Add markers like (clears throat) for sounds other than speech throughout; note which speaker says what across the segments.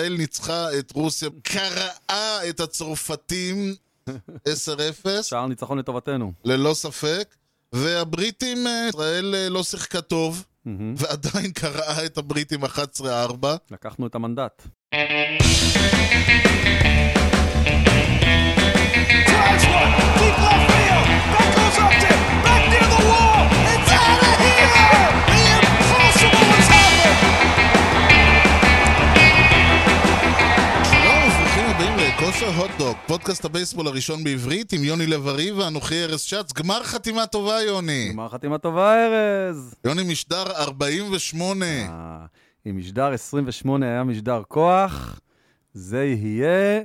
Speaker 1: ישראל ניצחה את רוסיה, קרעה את
Speaker 2: (laughs)
Speaker 1: הצרפתים 10-0,
Speaker 2: שער ניצחון לטובתנו.
Speaker 1: ללא ספק, והבריטים, אה, ישראל אה, לא שיחקה טוב,
Speaker 2: מהמם.
Speaker 1: ועדיין קרעה את הבריטים 11-4.
Speaker 2: לקחנו את המנדט.
Speaker 3: Drives one, deep left field. That goes up to back near the wall. It's out of here. The impossible has happened.
Speaker 1: שלום וברוכים הבאים לכושר הוטדוק, פודקאסט הבייסבול הראשון בעברית עם יוני לב-ארי ואנוכי ארז שץ. גמר חתימה טובה, יוני.
Speaker 2: גמר חתימה טובה, ארז!
Speaker 1: יוני משדר 48.
Speaker 2: אה, עם משדר 28 היה משדר כוח, זה יהיה...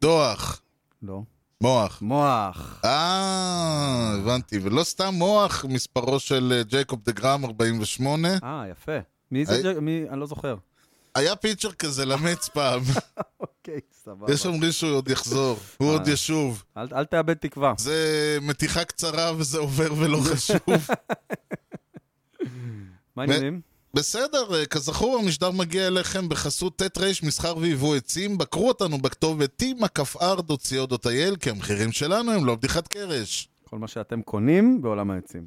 Speaker 1: דוח.
Speaker 2: לא.
Speaker 1: מוח.
Speaker 2: מוח.
Speaker 1: אה, הבנתי. ולא סתם מוח, מספרו של אה, ג'ייקוב דה גראם 48.
Speaker 2: אה, יפה. מי זה?
Speaker 1: היי.
Speaker 2: ג'ק- מי? אני לא זוכר.
Speaker 1: היה פיצ'ר כזה למץ פעם,
Speaker 2: אוקיי, סבבה.
Speaker 1: יש אומרים שהוא עוד יחזור, הוא
Speaker 2: אה.
Speaker 1: עוד ישוב.
Speaker 2: אל אל תאבד תקווה.
Speaker 1: זה מתיחה קצרה וזה עובר ולא חשוב.
Speaker 2: מה העניינים?
Speaker 1: בסדר, אה, כזכור, המשדר מגיע אליכם בחסות ט' ר' מסחר ויבוא עצים. בקרו אותנו בכתובת tima.co.il, כי המחירים שלנו הם לא בדיחת קרש.
Speaker 2: כל מה שאתם קונים בעולם העצים.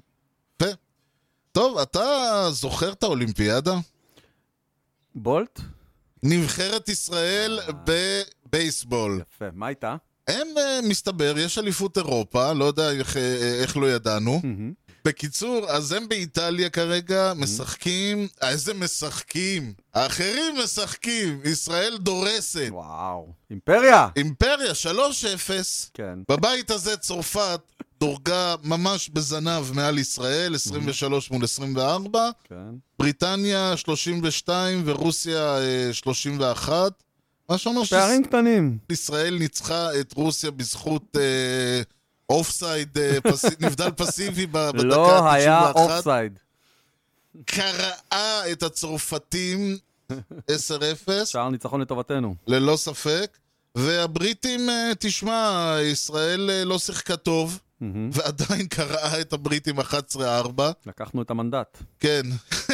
Speaker 1: טוב, אתה זוכר את האולימפיאדה?
Speaker 2: בולט?
Speaker 1: נבחרת ישראל בבייסבול.
Speaker 2: יפה. מה הייתה?
Speaker 1: הם, אה, מסתבר, יש אליפות אירופה, לא יודע איך, אה, איך לא ידענו.
Speaker 2: מהמם.
Speaker 1: בקיצור, אז הם באיטליה כרגע
Speaker 2: Mm-hmm.
Speaker 1: משחקים, אה, איזה משחקים? האחרים משחקים, ישראל דורסת.
Speaker 2: וואו. אימפריה!
Speaker 1: אימפריה 3-0.
Speaker 2: כן.
Speaker 1: בבית הזה צרפת דורגה ממש בזנב מעל ישראל, 23 מול 24.
Speaker 2: כן.
Speaker 1: בריטניה 32 ורוסיה אה, 31. מה שאומר
Speaker 2: פערים קטנים.
Speaker 1: שישראל ניצחה את רוסיה בזכות אה, אופסייד, אה, פס- (laughs) נבדל פסיבי ב- בדקה ה-91.
Speaker 2: לא היה אופסייד.
Speaker 1: קרעה את הצרפתים 10-0,
Speaker 2: שער ניצחון לטובתנו.
Speaker 1: ללא ספק. והבריטים, אה, תשמע, ישראל אה, לא שיחקה טוב.
Speaker 2: מהמם.
Speaker 1: ועדיין קרעה את הבריטים 11-4.
Speaker 2: לקחנו את המנדט.
Speaker 1: כן, (laughs)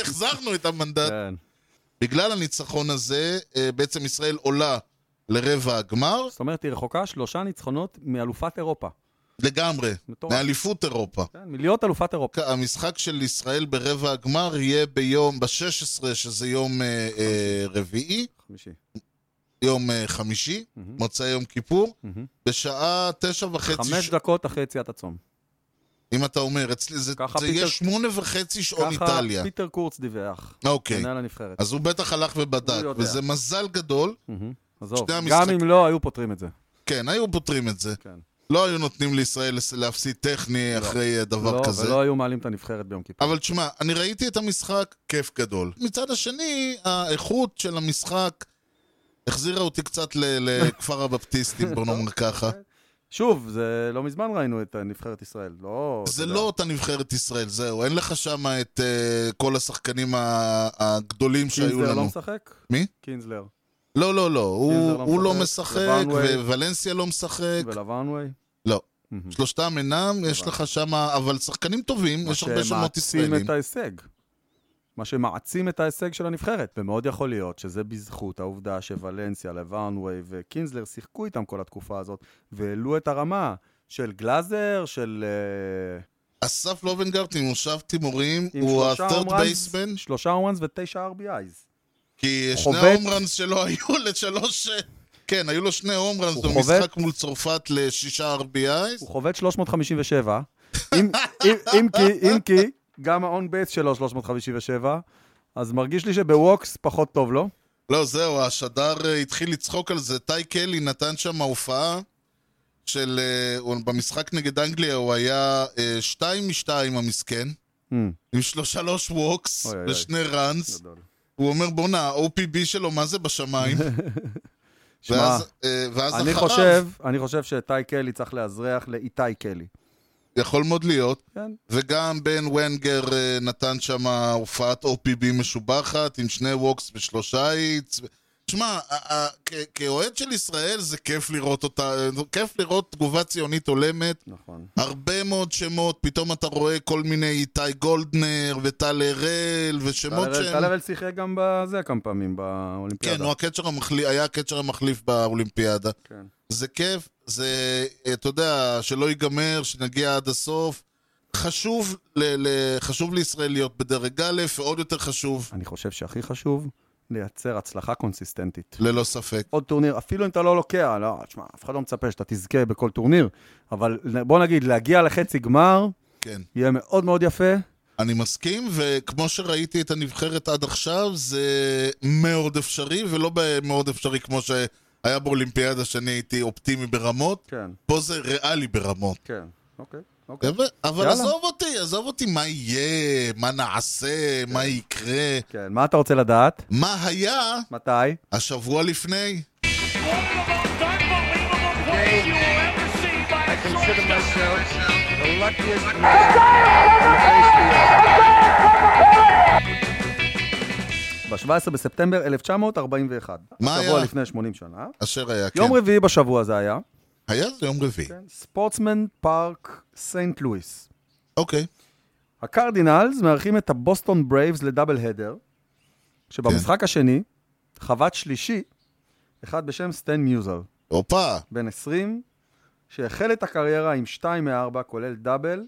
Speaker 1: החזרנו את המנדט.
Speaker 2: כן.
Speaker 1: בגלל הניצחון הזה, אה, בעצם ישראל עולה לרבע הגמר,
Speaker 2: זאת אומרת, היא רחוקה שלושה ניצחונות מאלופת אירופה.
Speaker 1: לגמרי,
Speaker 2: מטורף.
Speaker 1: מאליפות אירופה.
Speaker 2: כן, מלהיות אלופת אירופה.
Speaker 1: המשחק של ישראל ברבע הגמר יהיה ביום, ב-16, שזה יום אה, אה, רביעי,
Speaker 2: חמישי.
Speaker 1: יום אה, חמישי,
Speaker 2: מהמם.
Speaker 1: מוצאי יום כיפור,
Speaker 2: מהמם.
Speaker 1: בשעה תשע וחצי,
Speaker 2: חמש
Speaker 1: ש-
Speaker 2: דקות אחרי יציאת הצום.
Speaker 1: אם אתה אומר, אצלי זה
Speaker 2: ככה
Speaker 1: זה יהיה
Speaker 2: פיטר-
Speaker 1: שמונה וחצי שעון
Speaker 2: ככה
Speaker 1: איטליה.
Speaker 2: פיטר קורץ דיווח.
Speaker 1: אוקיי,
Speaker 2: מנהל הנבחרת.
Speaker 1: אז הוא בטח הלך ובדק,
Speaker 2: הוא יודע.
Speaker 1: וזה מזל גדול.
Speaker 2: מהמם. עזוב,
Speaker 1: שני
Speaker 2: גם
Speaker 1: המשחקים-
Speaker 2: אם לא, היו פותרים את זה.
Speaker 1: כן, היו פותרים את זה.
Speaker 2: כן.
Speaker 1: לא היו נותנים לישראל לס- להפסיד טכני אחרי אה, דבר
Speaker 2: לא,
Speaker 1: כזה.
Speaker 2: ולא היו מעלים את הנבחרת ביום כיפור.
Speaker 1: אבל תשמע, אני ראיתי את המשחק, כיף גדול. מצד השני, האיכות של המשחק החזירה אותי קצת ל- לכפר הבפטיסטים, בוא נאמר ככה.
Speaker 2: (laughs) שוב, זה לא מזמן ראינו את אה, נבחרת ישראל. לא...
Speaker 1: זה
Speaker 2: אתה
Speaker 1: לא
Speaker 2: יודע.
Speaker 1: אותה נבחרת ישראל, זהו. אין לך שם את אה, כל השחקנים ה- הגדולים שהיו
Speaker 2: קינזלר לא
Speaker 1: לנו.
Speaker 2: משחק?
Speaker 1: מי?
Speaker 2: קינזלר.
Speaker 1: לא, לא, לא. הוא-
Speaker 2: לא
Speaker 1: הוא לא
Speaker 2: משחק,
Speaker 1: משחק,
Speaker 2: לבנווי.
Speaker 1: ווולנסיה לא משחק.
Speaker 2: ולוונווי?
Speaker 1: לא.
Speaker 2: מהמם.
Speaker 1: שלושתם אינם, יש לך שם, אבל שחקנים טובים, יש הרבה שמות ישראלים.
Speaker 2: מה שמעצים את ההישג. מה שמעצים את ההישג של הנבחרת. ומאוד יכול להיות שזה בזכות העובדה שוולנסיה, לברנווי וקינזלר שיחקו איתם כל התקופה הזאת, והעלו את הרמה של גלאזר, של... אה,
Speaker 1: אסף לובנגרט עם מושב תימורים,
Speaker 2: עם
Speaker 1: הוא
Speaker 2: שלושה
Speaker 1: ה-third
Speaker 2: הום ראנס-
Speaker 1: baseman,
Speaker 2: שלושה הומראנס ותשע RBIs.
Speaker 1: כי שני
Speaker 2: חובט.
Speaker 1: ההומראנס שלו (laughs) היו לשלוש... כן, היו לו שני הומראנס
Speaker 2: הוא
Speaker 1: במשחק
Speaker 2: חובט.
Speaker 1: מול צרפת לשישה RBI.
Speaker 2: הוא חובט 357, אם, אם, אם כי, אם כי, גם ההון בייס שלו 357, אז מרגיש לי שבווקס פחות טוב לו.
Speaker 1: לא, זהו, השדר אה, התחיל לצחוק על זה. טי קלי נתן שם הופעה של... אה, הוא- במשחק נגד אנגליה הוא היה אה, שתיים משתיים המסכן,
Speaker 2: Mm,
Speaker 1: עם שלושה שלוש ווקס
Speaker 2: אוי, אוי, אוי.
Speaker 1: ושני ראנס.
Speaker 2: גדול.
Speaker 1: הוא אומר, בואנה, ה-OPB שלו, מה זה
Speaker 2: (laughs)
Speaker 1: בשמיים?
Speaker 2: שמע,
Speaker 1: ואז אה, ואז
Speaker 2: אני
Speaker 1: אחריו,
Speaker 2: חושב, אני חושב שטי קלי צריך לאזרח לאיתי קלי.
Speaker 1: יכול מאוד להיות.
Speaker 2: כן,
Speaker 1: וגם בן ונגר אה, נתן שם הופעת OPB משובחת עם שני ווקס ושלושה אייטס. תשמע, ה- ה- כ- כאוהד של ישראל זה כיף לראות אותה, אה, כיף לראות תגובה ציונית הולמת.
Speaker 2: נכון.
Speaker 1: הרבה מאוד שמות, פתאום אתה רואה כל מיני איתי גולדנר וטל הראל ושמות
Speaker 2: טל הראל-
Speaker 1: שהם...
Speaker 2: טל הראל שיחק גם בזה כמה פעמים באולימפיאדה.
Speaker 1: כן, הוא הקצ'ר המחליף, היה הקצ'ר המחליף באולימפיאדה.
Speaker 2: כן.
Speaker 1: זה כיף, זה, אתה יודע, שלא ייגמר, שנגיע עד הסוף. חשוב, ל, ל, חשוב לישראל להיות בדרג א', ועוד יותר חשוב,
Speaker 2: אני חושב שהכי חשוב, לייצר הצלחה קונסיסטנטית.
Speaker 1: ללא ספק.
Speaker 2: עוד טורניר, אפילו אם אתה לא לוקח, לא, תשמע, אף אחד לא מצפה שאתה תזכה בכל טורניר, אבל בוא נגיד, להגיע לחצי גמר,
Speaker 1: כן.
Speaker 2: יהיה מאוד מאוד יפה.
Speaker 1: אני מסכים, וכמו שראיתי את הנבחרת עד עכשיו, זה מאוד אפשרי, ולא ב- מאוד אפשרי כמו שהיה באולימפיאדה שאני הייתי אופטימי ברמות,
Speaker 2: כן,
Speaker 1: פה זה ריאלי ברמות.
Speaker 2: כן, אוקיי, אוקיי.
Speaker 1: אבל אבל
Speaker 2: יאללה.
Speaker 1: עזוב אותי, עזוב אותי מה יהיה, מה נעשה, מה יקרה,
Speaker 2: כן, מה אתה רוצה לדעת?
Speaker 1: מה היה
Speaker 2: מתי?
Speaker 1: השבוע לפני.
Speaker 4: One of the most unbelievable plays you will ever see by a
Speaker 5: consider
Speaker 4: shortstop.
Speaker 5: myself the luckiest man.
Speaker 2: ב-17 בספטמבר 1941.
Speaker 1: מה היה?
Speaker 2: שבוע לפני 80 שנה.
Speaker 1: אשר היה, כן.
Speaker 2: יום רביעי בשבוע זה היה.
Speaker 1: היה זה יום רביעי.
Speaker 2: כן, ספורטסמן פארק סנט לואיס.
Speaker 1: אוקיי.
Speaker 2: הקרדינלס מארחים את הבוסטון ברייבס לדאבל הדר,
Speaker 1: כן.
Speaker 2: שבמשחק השני, חוות שלישי, אחד בשם סטן מיוזל,
Speaker 1: הופה. (laughs)
Speaker 2: בן 20, שהחל את הקריירה עם 2 מ-4, כולל דאבל,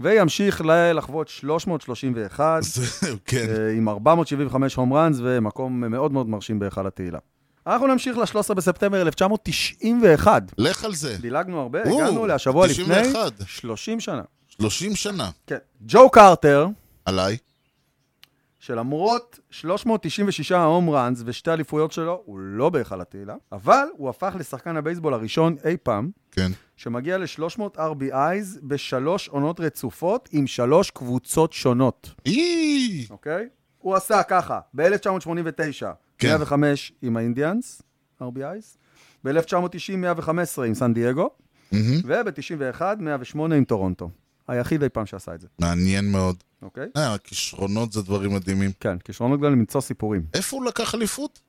Speaker 2: וימשיך ל- לחוות 331,
Speaker 1: זהו, כן.
Speaker 2: אה, עם 475 הום ראנס ומקום מאוד מאוד מרשים בהיכל התהילה. אנחנו נמשיך ל-13 בספטמבר 1991.
Speaker 1: לך על זה.
Speaker 2: דילגנו הרבה,
Speaker 1: או,
Speaker 2: הגענו להשבוע לפני
Speaker 1: 91.
Speaker 2: 30 שנה.
Speaker 1: 30 שנה.
Speaker 2: כן. ג'ו קרטר,
Speaker 1: עליי.
Speaker 2: שלמרות 396 ההום ראנס ושתי אליפויות שלו, הוא לא בהיכל התהילה, אבל הוא הפך לשחקן הבייסבול הראשון אי פעם,
Speaker 1: כן.
Speaker 2: שמגיע ל-300 RBIs בשלוש עונות רצופות עם שלוש קבוצות שונות,
Speaker 1: אי!
Speaker 2: אוקיי? הוא עשה ככה, ב-1989,
Speaker 1: כן.
Speaker 2: 105 עם האינדיאנס, RBIs, ב-1990, 115 עם סן דייגו,
Speaker 1: מהמם.
Speaker 2: וב-91, 108 עם טורונטו. היחיד אי פעם שעשה את זה,
Speaker 1: מעניין מאוד.
Speaker 2: אוקיי?
Speaker 1: אה, הכישרונות זה דברים מדהימים.
Speaker 2: כן, כישרונות גדולים למצוא סיפורים.
Speaker 1: איפה הוא לקח אליפות?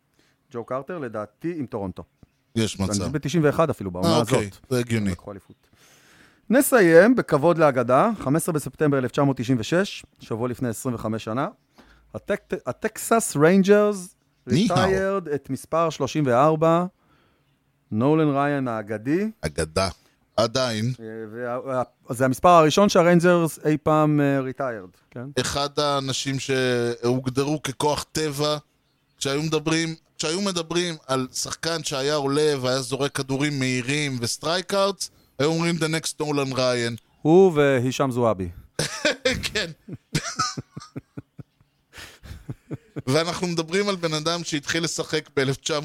Speaker 2: ג'ו קרטר, לדעתי, עם טורונטו.
Speaker 1: יש מצב.
Speaker 2: ב-91 אפילו,
Speaker 1: אה,
Speaker 2: בעונה
Speaker 1: אוקיי,
Speaker 2: הזאת.
Speaker 1: זה הגיוני.
Speaker 2: לקחו אליפות. נסיים בכבוד לאגדה, 15 בספטמבר 1996, שבוע לפני 25 שנה. הטק- הטקסס ריינג'רס
Speaker 1: ניהאו.
Speaker 2: ריטיירד את מספר 34, נולן ריין האגדי,
Speaker 1: אגדה. עדיין.
Speaker 2: אה, וה- וה- זה המספר הראשון שהריינג'רס אי פעם ריטיירד. כן?
Speaker 1: אחד האנשים שהוגדרו ככוח טבע, כשהיו מדברים, כשהיו מדברים על שחקן שהיה עולה והיה זורק כדורים מהירים וסטרייקאוטס, היו אומרים The next Nolan Ryan. (laughs)
Speaker 2: הוא והישאם זועבי.
Speaker 1: כן. ואנחנו מדברים על בן אדם שהתחיל לשחק ב-1968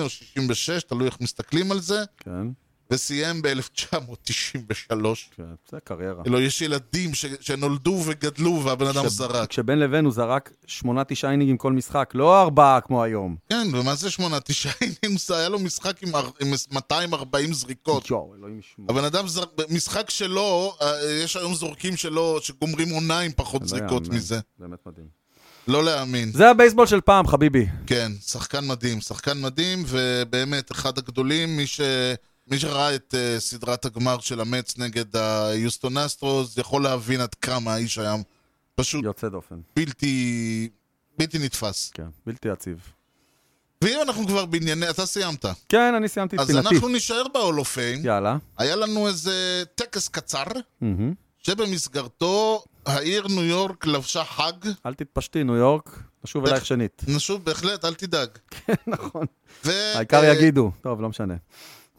Speaker 1: או 66, תלוי איך מסתכלים על זה,
Speaker 2: כן,
Speaker 1: וסיים ב-1993.
Speaker 2: כן, זה קריירה.
Speaker 1: כאילו, יש ילדים ש- שנולדו וגדלו והבן אדם
Speaker 2: כש-
Speaker 1: זרק.
Speaker 2: כשבין לבין הוא זרק שמונה תשעה אינינגים כל משחק, לא ארבעה כמו היום.
Speaker 1: כן, ומה זה שמונה, תשעה אינינג? זה היה לו משחק עם אר- עם 240 זריקות.
Speaker 2: יואו, אלוהים ישמור.
Speaker 1: הבן אדם, זר- משחק שלו, אה, יש היום זורקים שלו, שגומרים עונה עם פחות
Speaker 2: לא
Speaker 1: זריקות
Speaker 2: יאמן.
Speaker 1: מזה.
Speaker 2: באמת מדהים.
Speaker 1: לא להאמין.
Speaker 2: זה הבייסבול של פעם, חביבי.
Speaker 1: כן, שחקן מדהים, שחקן מדהים, ובאמת אחד הגדולים, מי, ש... מי שראה את uh, סדרת הגמר של המץ נגד היוסטון אסטרוס, יכול להבין עד כמה האיש היה פשוט
Speaker 2: יוצא דופן.
Speaker 1: בלתי, בלתי נתפס.
Speaker 2: כן, בלתי יציב.
Speaker 1: ואם אנחנו כבר בענייני, אתה סיימת.
Speaker 2: כן, אני סיימתי את
Speaker 1: אז
Speaker 2: פינתי.
Speaker 1: אנחנו נישאר ב-all of Fame.
Speaker 2: יאללה.
Speaker 1: היה לנו איזה טקס קצר,
Speaker 2: מהמם.
Speaker 1: שבמסגרתו העיר ניו יורק לבשה חג.
Speaker 2: אל תתפשטי, ניו יורק, נשוב אלייך שנית.
Speaker 1: שוב, בהחלט, אל תדאג.
Speaker 2: (laughs) נכון.
Speaker 1: ו...
Speaker 2: העיקר
Speaker 1: אה,
Speaker 2: יגידו. טוב, לא משנה.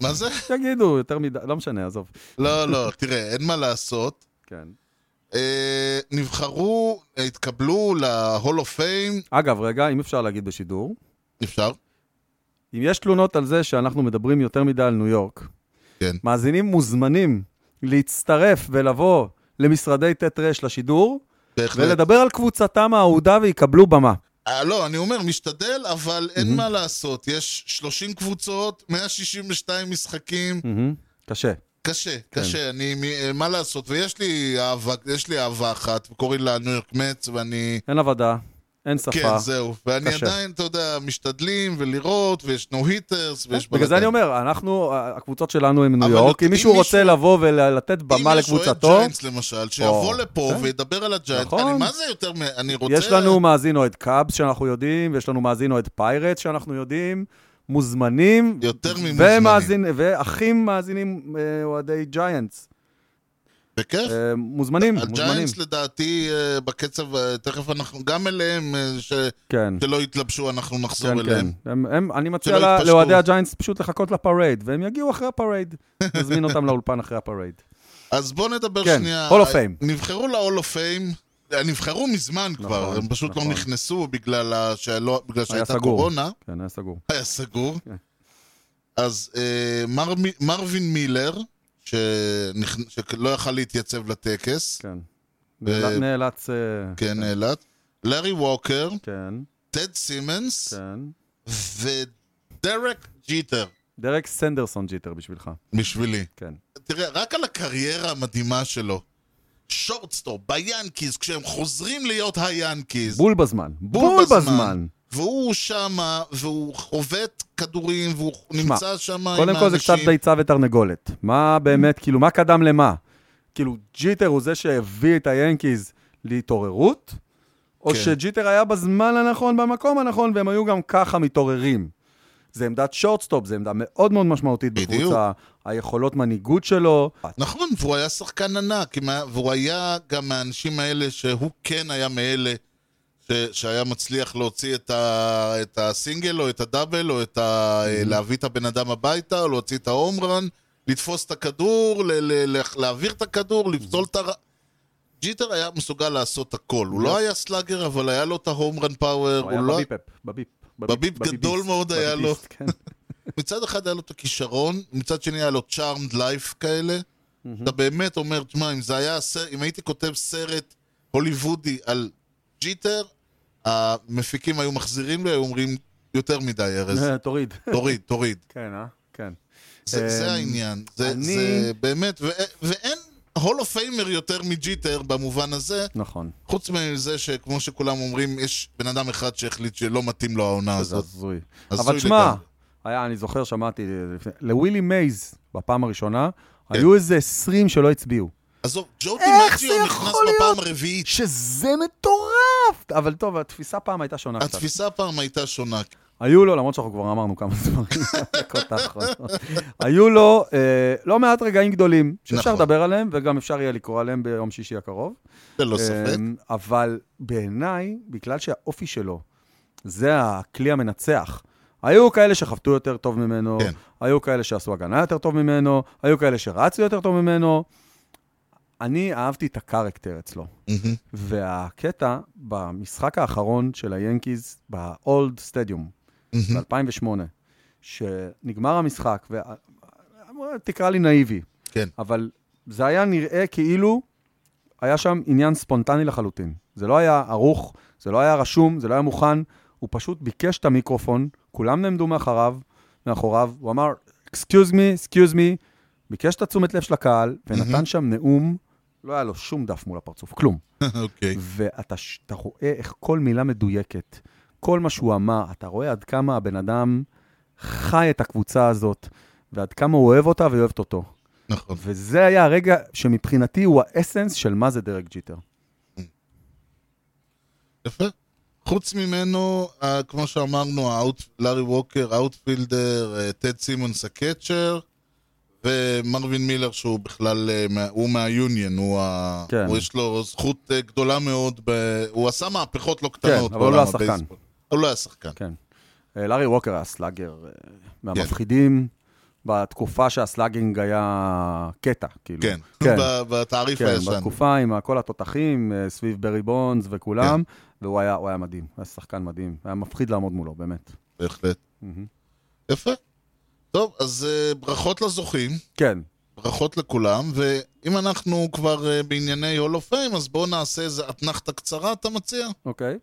Speaker 1: מה זה? (laughs)
Speaker 2: יגידו, יותר מדי, לא משנה, עזוב.
Speaker 1: לא, לא, תראה, אין מה לעשות.
Speaker 2: כן.
Speaker 1: אה, נבחרו, אה, התקבלו ל-Hall of Fame,
Speaker 2: אגב, רגע, אם אפשר להגיד בשידור,
Speaker 1: אפשר?
Speaker 2: אם יש תלונות על זה שאנחנו מדברים יותר מדי על ניו יורק,
Speaker 1: כן.
Speaker 2: מאזינים מוזמנים להצטרף ולבוא למשרדי ט' ר' לשידור,
Speaker 1: בהחלט.
Speaker 2: ולדבר על קבוצתם האהודה ויקבלו במה.
Speaker 1: אה, לא, אני אומר, משתדל, אבל אין
Speaker 2: מהמם.
Speaker 1: מה לעשות. יש 30 קבוצות, 162 משחקים,
Speaker 2: מהמם. כן. קשה.
Speaker 1: קשה, קשה, אני, מ- אה, מה לעשות? ויש לי אהבה, יש לי אהבה אחת, וקוראים לה ניו יורק מצ, ואני
Speaker 2: אין עבודה, אין שפה.
Speaker 1: כן, זהו. ואני
Speaker 2: קשה.
Speaker 1: עדיין, אתה יודע, משתדלים ולראות, ויש נו היטרס, ויש...
Speaker 2: בגלל
Speaker 1: בלאגן.
Speaker 2: זה אני אומר, אנחנו, הקבוצות שלנו הם ניו
Speaker 1: אבל
Speaker 2: יורק,
Speaker 1: אם
Speaker 2: אם מישהו
Speaker 1: מישהו-
Speaker 2: רוצה לבוא ולתת במה
Speaker 1: אם יש
Speaker 2: לקבוצתו,
Speaker 1: אוהד ג'יינטס למשל, שיבוא
Speaker 2: או,
Speaker 1: לפה
Speaker 2: כן.
Speaker 1: וידבר על הג'יינטס,
Speaker 2: נכון.
Speaker 1: אני מה זה יותר מ... אני רוצה...
Speaker 2: יש לנו מאזין אוהד קאבס שאנחנו יודעים, ויש לנו מאזין אוהד פיירטס שאנחנו יודעים, מוזמנים.
Speaker 1: יותר ממוזמנים.
Speaker 2: ומאזין, ואחים מאזינים אה, אוהדי ג'יינטס.
Speaker 1: בכיף.
Speaker 2: אה, מוזמנים, מוזמנים.
Speaker 1: הג'יינטס לדעתי, אה, בקצב, אה, תכף אנחנו, גם אליהם, אה, ש-
Speaker 2: כן.
Speaker 1: שלא יתלבשו, אנחנו נחזור
Speaker 2: כן, כן.
Speaker 1: אליהם.
Speaker 2: הם, הם, אני מציע
Speaker 1: לא שלא
Speaker 2: לה-
Speaker 1: יתפשטו. לאוהדי
Speaker 2: לאוהדי הג'יינטס פשוט לחכות לפרייד, והם יגיעו אחרי
Speaker 1: (laughs)
Speaker 2: הפרייד. נזמין אותם לאולפן אחרי הפרייד.
Speaker 1: אז בואו נדבר
Speaker 2: כן,
Speaker 1: שנייה.
Speaker 2: Hall of Fame.
Speaker 1: נבחרו ל-Hall of Fame. אה, נבחרו מזמן כבר, הם פשוט לא
Speaker 2: נכון.
Speaker 1: נכנסו בגלל ה- שלא- בגלל שהייתה
Speaker 2: סגור.
Speaker 1: קורונה.
Speaker 2: כן, היה סגור.
Speaker 1: היה סגור.
Speaker 2: כן.
Speaker 1: אז אה, מר, מרווין מילר, שנכ... שלא יכל להתייצב לטקס,
Speaker 2: כן. נאל- נאלץ... אה,
Speaker 1: כן, נאלץ, לארי ווקר,
Speaker 2: כן,
Speaker 1: טד סימנס
Speaker 2: כן.
Speaker 1: ודרק ג'יטר,
Speaker 2: דרק סנדרסון ג'יטר בשבילך.
Speaker 1: בשבילי.
Speaker 2: כן.
Speaker 1: תראה, רק על הקריירה המדהימה שלו. שורטסטופ, ביאנקיז, כשהם חוזרים להיות היאנקיז.
Speaker 2: בול בזמן.
Speaker 1: בול
Speaker 2: בול
Speaker 1: בזמן.
Speaker 2: בזמן.
Speaker 1: והוא שמה, והוא חובט כדורים, והוא
Speaker 2: שמע,
Speaker 1: נמצא שמה עם
Speaker 2: קודם כל זה קצת
Speaker 1: האנשים. Mm.
Speaker 2: ביצה ותרנגולת. מה באמת, כאילו, מה קדם למה? כאילו, ג'יטר הוא זה שהביא את היאנקיז להתעוררות, או
Speaker 1: כן.
Speaker 2: שג'יטר היה בזמן הנכון, במקום הנכון, והם היו גם ככה מתעוררים. זה עמדת שורטסטופ, זו עמדה מאוד מאוד משמעותית
Speaker 1: בדיוק.
Speaker 2: בקבוצה, היכולות מנהיגות שלו.
Speaker 1: נכון, והוא היה שחקן ענק, עם ה- והוא היה גם מהאנשים האלה שהוא כן היה מאלה ש... שהיה מצליח להוציא את, ה... את הסינגל או את הדאבל או את ה... להביא את הבן אדם הביתה או להוציא את ההומרן, לתפוס את הכדור, ל... ל... ל... להעביר את הכדור, לפסול את הר... ג'יטר היה מסוגל לעשות הכל. הוא לא היה סלאגר, אבל היה לו את ההומרן פאוור.
Speaker 2: הוא היה
Speaker 1: הוא לא...
Speaker 2: בביפ-אפ, בביפ.
Speaker 1: בביפ גדול
Speaker 2: בביביסט,
Speaker 1: מאוד היה לו.
Speaker 2: בביביסט, כן.
Speaker 1: מצד אחד היה לו את הכישרון, מצד שני היה לו charmed life כאלה. אתה באמת אומר, תשמע, אם זה היה, הסר- אם הייתי כותב סרט הוליוודי על ג'יטר, המפיקים היו מחזירים לי, היו אומרים, יותר מדי,
Speaker 2: (laughs)
Speaker 1: ארז,
Speaker 2: תוריד.
Speaker 1: תוריד, תוריד.
Speaker 2: כן, אה? כן.
Speaker 1: זה
Speaker 2: אמ,
Speaker 1: זה העניין. זה-
Speaker 2: אני-
Speaker 1: זה באמת, ו- ואין הול אוף פיימר יותר מג'יטר במובן הזה,
Speaker 2: נכון.
Speaker 1: חוץ מזה שכמו שכולם אומרים, יש בן אדם אחד שהחליט שלא מתאים לו העונה
Speaker 2: זה
Speaker 1: הזאת.
Speaker 2: הזוי.
Speaker 1: הזוי
Speaker 2: אבל שמע,
Speaker 1: לגמרי.
Speaker 2: היה, אני זוכר, שמעתי, לפני- לווילי מייז בפעם הראשונה,
Speaker 1: כן.
Speaker 2: היו איזה 20 שלא הצביעו.
Speaker 1: עזוב, ג'ו
Speaker 2: איך זה
Speaker 1: דימג'יו נכנס
Speaker 2: יכול
Speaker 1: בפעם הרביעית.
Speaker 2: שזה מטורף! אבל טוב, התפיסה פעם הייתה שונה קצת.
Speaker 1: התפיסה הפעם הייתה שונה.
Speaker 2: היו לו, למרות שאנחנו כבר אמרנו כמה (laughs) דברים, בדקות האחרונות. היו לו אה, לא מעט רגעים גדולים, שאפשר
Speaker 1: נכון.
Speaker 2: לדבר עליהם, וגם אפשר יהיה לקרוא עליהם ביום שישי הקרוב.
Speaker 1: ללא לא ספק.
Speaker 2: אמ, אבל בעיניי, בגלל שהאופי שלו זה הכלי המנצח, היו כאלה שחבטו יותר טוב ממנו,
Speaker 1: כן.
Speaker 2: היו כאלה שעשו הגנה יותר טוב ממנו, היו כאלה שרצו יותר טוב ממנו. אני אהבתי את הקרקטר אצלו.
Speaker 1: מהמם.
Speaker 2: והקטע במשחק האחרון של היאנקיז, ב-old stadium, ב-2008, שנגמר המשחק, ו... תקרא לי נאיבי,
Speaker 1: כן.
Speaker 2: אבל זה היה נראה כאילו היה שם עניין ספונטני לחלוטין. זה לא היה ערוך, זה לא היה רשום, זה לא היה מוכן. הוא פשוט ביקש את המיקרופון, כולם נעמדו מאחריו, מאחוריו, הוא אמר, אקסקיוז מי, אקסקיוז מי, ביקש את התשומת לב של הקהל, ונתן שם נאום, לא היה לו שום דף מול הפרצוף, כלום.
Speaker 1: (laughs) אוקיי.
Speaker 2: ואתה ש- אתה רואה איך כל מילה מדויקת, כל מה שהוא אמר, אתה רואה עד כמה הבן אדם חי את הקבוצה הזאת, ועד כמה הוא אוהב אותה ואוהבת אותו.
Speaker 1: נכון.
Speaker 2: וזה היה הרגע שמבחינתי הוא האסנס של מה זה דרג ג'יטר.
Speaker 1: יפה. חוץ ממנו, אה, כמו שאמרנו, האוט- לארי ווקר, האוטפילדר, אה, טד סימונס הקאצ'ר, ומרווין מילר שהוא בכלל, אה, מה- הוא מהיוניון, הוא ה...
Speaker 2: כן.
Speaker 1: הוא יש לו זכות אה, גדולה מאוד, ב... הוא עשה מהפכות לא קטנות
Speaker 2: אבל הוא לא
Speaker 1: בעולם
Speaker 2: היה שחקן.
Speaker 1: הבייסבול. הוא לא היה שחקן.
Speaker 2: כן. אה, לארי ווקר היה סלאגר אה, מהמפחידים, בתקופה שהסלאגינג היה קטע, כאילו.
Speaker 1: כן.
Speaker 2: כן.
Speaker 1: ב- בתעריף
Speaker 2: כן,
Speaker 1: הישן.
Speaker 2: בתקופה עם כל התותחים, אה, סביב ברי בונדס וכולם, והוא היה, הוא היה מדהים, היה שחקן מדהים, היה מפחיד לעמוד מולו, באמת.
Speaker 1: בהחלט. יפה. טוב, אז אה, ברכות לזוכים.
Speaker 2: כן,
Speaker 1: ברכות לכולם, ואם אנחנו כבר אה, בענייני הול אוף פיים, אז בואו נעשה איזה אתנחתה קצרה, אתה מציע?
Speaker 2: אוקיי.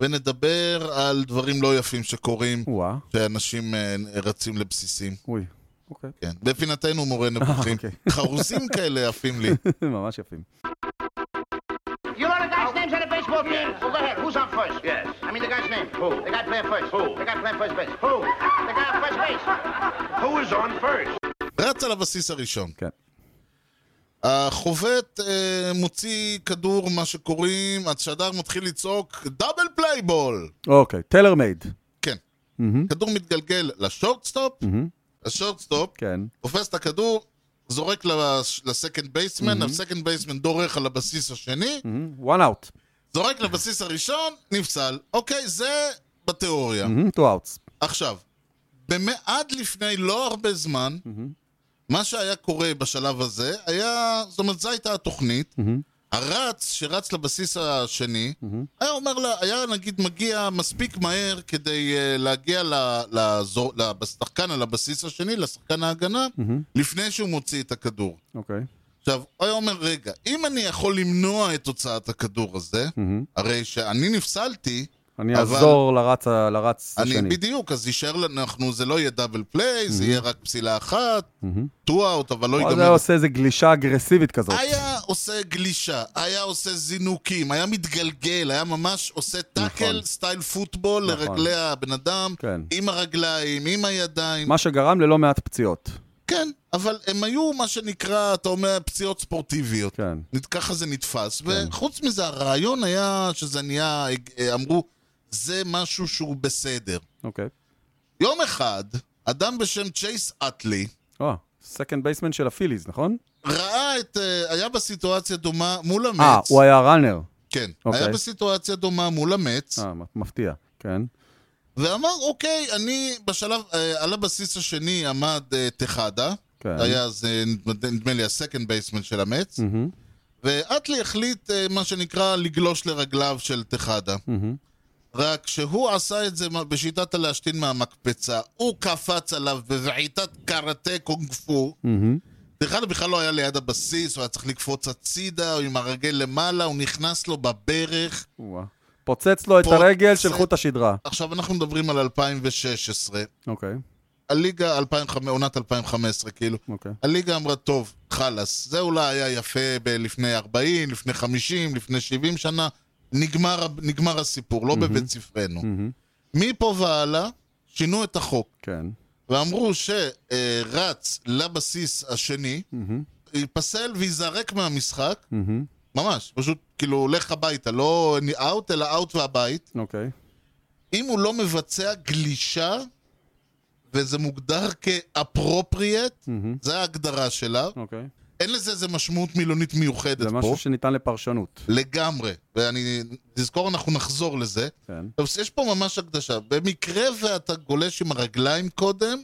Speaker 1: ונדבר על דברים לא יפים שקורים,
Speaker 2: וואה,
Speaker 1: שאנשים אה, רצים לבסיסים.
Speaker 2: אוי,
Speaker 1: (laughs)
Speaker 2: אוקיי.
Speaker 1: כן. בפינתנו מורה נבוכים.
Speaker 2: אוקיי. (laughs)
Speaker 1: חרוזים כאלה יפים לי.
Speaker 2: ממש יפים.
Speaker 6: You know the guy's names on the baseball both men. Well, go ahead. Who's on first?
Speaker 5: Yes.
Speaker 6: I mean the guy's name.
Speaker 5: Who?
Speaker 6: The guy playing first.
Speaker 5: Who?
Speaker 6: The guy playing first base.
Speaker 5: Who?
Speaker 6: The guy on first base.
Speaker 5: Who is on first?
Speaker 1: רץ על הבסיס הראשון.
Speaker 2: כן.
Speaker 1: החובט אה, מוציא כדור, מה שקוראים, השדר מתחיל לצעוק דאבל פלייבול.
Speaker 2: אוקיי, טלר מייד.
Speaker 1: כן. כדור מתגלגל לשורטסטופ, השורטסטופ
Speaker 2: כן.
Speaker 1: תופס את הכדור, זורק לש- לסקנד בייסמן, הסקנד בייסמן דורך על הבסיס השני,
Speaker 2: וואן אאוט.
Speaker 1: זורק לבסיס הראשון, נפסל. אוקיי, זה בתיאוריה.
Speaker 2: טו אאוטס.
Speaker 1: עכשיו, במא- עד לפני לא הרבה זמן, מה שהיה קורה בשלב הזה, היה, זאת אומרת, זו הייתה התוכנית. הרץ שרץ לבסיס השני, היה אומר לה, היה נגיד מגיע מספיק מהר כדי אה, להגיע ל- לזו- לשחקן על הבסיס השני, לשחקן ההגנה, לפני שהוא מוציא את הכדור.
Speaker 2: אוקיי.
Speaker 1: עכשיו, הוא היה אומר, רגע, אם אני יכול למנוע את הוצאת הכדור הזה, הרי שאני נפסלתי,
Speaker 2: אני
Speaker 1: אבל-
Speaker 2: אעזור לרץ ה- לרץ
Speaker 1: אני,
Speaker 2: השני.
Speaker 1: בדיוק, אז יישאר לנו, זה לא יהיה דאבל פליי, זה יהיה רק פסילה אחת, טו אאוט, אבל לא
Speaker 2: אז היה
Speaker 1: ייגמר.
Speaker 2: עושה איזה גלישה אגרסיבית כזאת.
Speaker 1: היה עושה גלישה, היה עושה זינוקים, היה מתגלגל, היה ממש עושה טאקל,
Speaker 2: נכון.
Speaker 1: סטייל פוטבול
Speaker 2: נכון.
Speaker 1: לרגלי הבן אדם,
Speaker 2: כן.
Speaker 1: עם הרגליים, עם הידיים.
Speaker 2: מה שגרם ללא מעט פציעות.
Speaker 1: כן, אבל הם היו מה שנקרא, אתה אומר, פציעות ספורטיביות.
Speaker 2: כן.
Speaker 1: נת- ככה זה נתפס. וחוץ מזה, הרעיון היה שזה נהיה, אה, אה, אמרו, זה משהו שהוא בסדר.
Speaker 2: אוקיי.
Speaker 1: יום אחד, אדם בשם צ'ייס אטלי,
Speaker 2: אה, סקנד בייסמן של הפיליז, נכון?
Speaker 1: ראה את... אה, היה בסיטואציה דומה מול המץ.
Speaker 2: אה, הוא היה ראנר.
Speaker 1: כן.
Speaker 2: אוקיי.
Speaker 1: היה בסיטואציה דומה מול המץ,
Speaker 2: אה, מ- מפתיע. כן.
Speaker 1: ואמר, אוקיי, אני בשלב... אה, על הבסיס השני עמד אה, טחדה.
Speaker 2: כן.
Speaker 1: היה אז, אה, נדמה- נדמה לי, הסקנד בייסמן של המץ. ואטלי החליט, אה, מה שנקרא, לגלוש לרגליו של טחדה. רק שהוא עשה את זה בשיטת הלהשתין מהמקפצה. הוא קפץ עליו בבעיטת קראטה קונג פו. דרך אגב, בכלל לא היה ליד הבסיס, הוא היה צריך לקפוץ הצידה, הוא עם הרגל למעלה, הוא נכנס לו בברך.
Speaker 2: וואה. פוצץ לו את
Speaker 1: פוצץ.
Speaker 2: הרגל של חוט השדרה.
Speaker 1: עכשיו, אנחנו מדברים על 2016.
Speaker 2: אוקיי,
Speaker 1: הליגה, 2005, עונת 2015, כאילו.
Speaker 2: אוקיי.
Speaker 1: הליגה אמרה, טוב, חלאס, זה אולי היה יפה ב- לפני 40, לפני 50, לפני 70 שנה, נגמר, ה- נגמר הסיפור, לא בבית ספרנו. מפה והלאה, שינו את החוק,
Speaker 2: כן.
Speaker 1: ואמרו שרץ לבסיס השני, ייפסל וייזרק מהמשחק, ממש, פשוט כאילו, לך הביתה, לא אאוט, אלא אאוט והבית,
Speaker 2: אוקיי.
Speaker 1: אם הוא לא מבצע גלישה, וזה מוגדר כ-appropriate, זה ההגדרה שלה,
Speaker 2: אוקיי.
Speaker 1: אין לזה איזה משמעות מילונית מיוחדת
Speaker 2: זה
Speaker 1: פה.
Speaker 2: משהו שניתן לפרשנות.
Speaker 1: לגמרי. ואני... תזכור, אנחנו נחזור לזה.
Speaker 2: כן.
Speaker 1: אבל יש פה ממש הקדשה. במקרה ואתה גולש עם הרגליים קודם,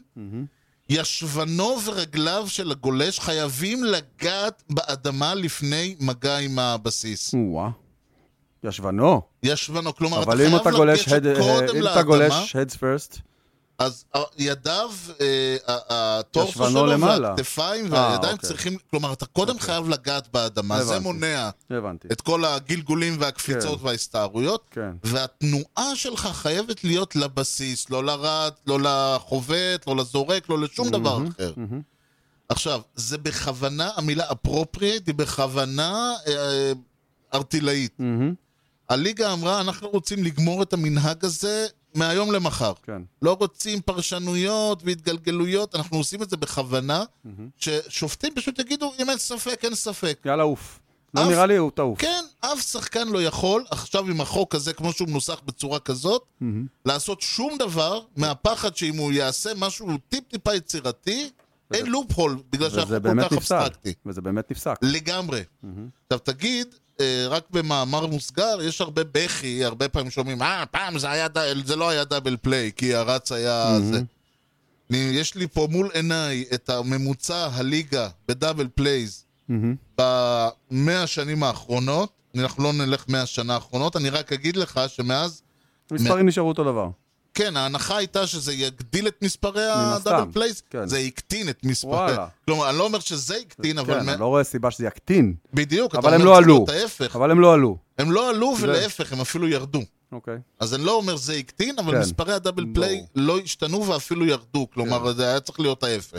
Speaker 1: ישבנו ורגליו של הגולש חייבים לגעת באדמה לפני מגע עם הבסיס.
Speaker 2: וואה. ישבנו.
Speaker 1: ישבנו, כלומר, אתה
Speaker 2: אבל אם אתה
Speaker 1: חייב
Speaker 2: גולש
Speaker 1: לגשת
Speaker 2: head- אה,
Speaker 1: קודם
Speaker 2: אם אתה
Speaker 1: לאדמה.
Speaker 2: גולש heads first,
Speaker 1: אז ה- ידיו, אה, ה- הטורפו
Speaker 2: ישבנו
Speaker 1: שלו
Speaker 2: למעלה.
Speaker 1: והכתפיים
Speaker 2: אה,
Speaker 1: והידיים
Speaker 2: אוקיי.
Speaker 1: צריכים, כלומר, אתה קודם חייב לגעת באדמה, זה
Speaker 2: הבנתי.
Speaker 1: מונע
Speaker 2: הבנתי.
Speaker 1: את כל הגלגולים והקפיצות
Speaker 2: כן.
Speaker 1: וההסתערויות,
Speaker 2: כן.
Speaker 1: והתנועה שלך חייבת להיות לבסיס, לא לרד, לא לחובט, לא לזורק, לא לשום דבר אחר. עכשיו, זה בכוונה, המילה appropriate היא בכוונה אה, ערטילאית. הליגה אמרה, אנחנו רוצים לגמור את המנהג הזה מהיום למחר.
Speaker 2: כן.
Speaker 1: לא רוצים פרשנויות והתגלגלויות, אנחנו עושים את זה בכוונה, ששופטים פשוט יגידו, אם אין ספק, אין ספק.
Speaker 2: יאללה, עוף. לא
Speaker 1: אף-
Speaker 2: נראה לי, הוא תעוף.
Speaker 1: כן, אף שחקן לא יכול, עכשיו עם החוק הזה, כמו שהוא מנוסח בצורה כזאת, לעשות שום דבר מהפחד שאם הוא יעשה משהו טיפ-טיפה יצירתי, אין לופ הול, בגלל שאנחנו
Speaker 2: וזה
Speaker 1: כל
Speaker 2: באמת
Speaker 1: כך
Speaker 2: נפסק.
Speaker 1: אבסטרקטי.
Speaker 2: וזה באמת נפסק.
Speaker 1: לגמרי. עכשיו תגיד, אה, רק במאמר מוסגר, יש הרבה בכי, הרבה פעמים שומעים, אה, פעם זה, היה, ד- זה לא היה דאבל פליי, כי הרץ היה... זה. אני, יש לי פה מול עיניי את הממוצע הליגה בדאבל פלייז במאה השנים האחרונות. אנחנו לא נלך מאה השנה האחרונות, אני רק אגיד לך שמאז...
Speaker 2: המספרים נשארו אותו דבר.
Speaker 1: כן, ההנחה הייתה שזה יגדיל את מספרי
Speaker 2: מן הסתם,
Speaker 1: הדאבל פלייז,
Speaker 2: כן.
Speaker 1: זה הקטין את מספרי...
Speaker 2: וואלה.
Speaker 1: כלומר, אני לא אומר שזה הקטין, אבל...
Speaker 2: כן,
Speaker 1: מה-
Speaker 2: אני לא רואה סיבה שזה יקטין.
Speaker 1: בדיוק, אתה
Speaker 2: אבל הם
Speaker 1: אומר,
Speaker 2: לא
Speaker 1: צריך
Speaker 2: עלו.
Speaker 1: להיות ההפך.
Speaker 2: אבל הם לא עלו.
Speaker 1: הם לא עלו ולהפך, הם אפילו ירדו.
Speaker 2: אוקיי.
Speaker 1: אז אני לא אומר זה הקטין, אבל
Speaker 2: כן.
Speaker 1: לא מספרי הדאבל פליי לא השתנו ואפילו ירדו. כלומר, זה היה צריך להיות ההפך.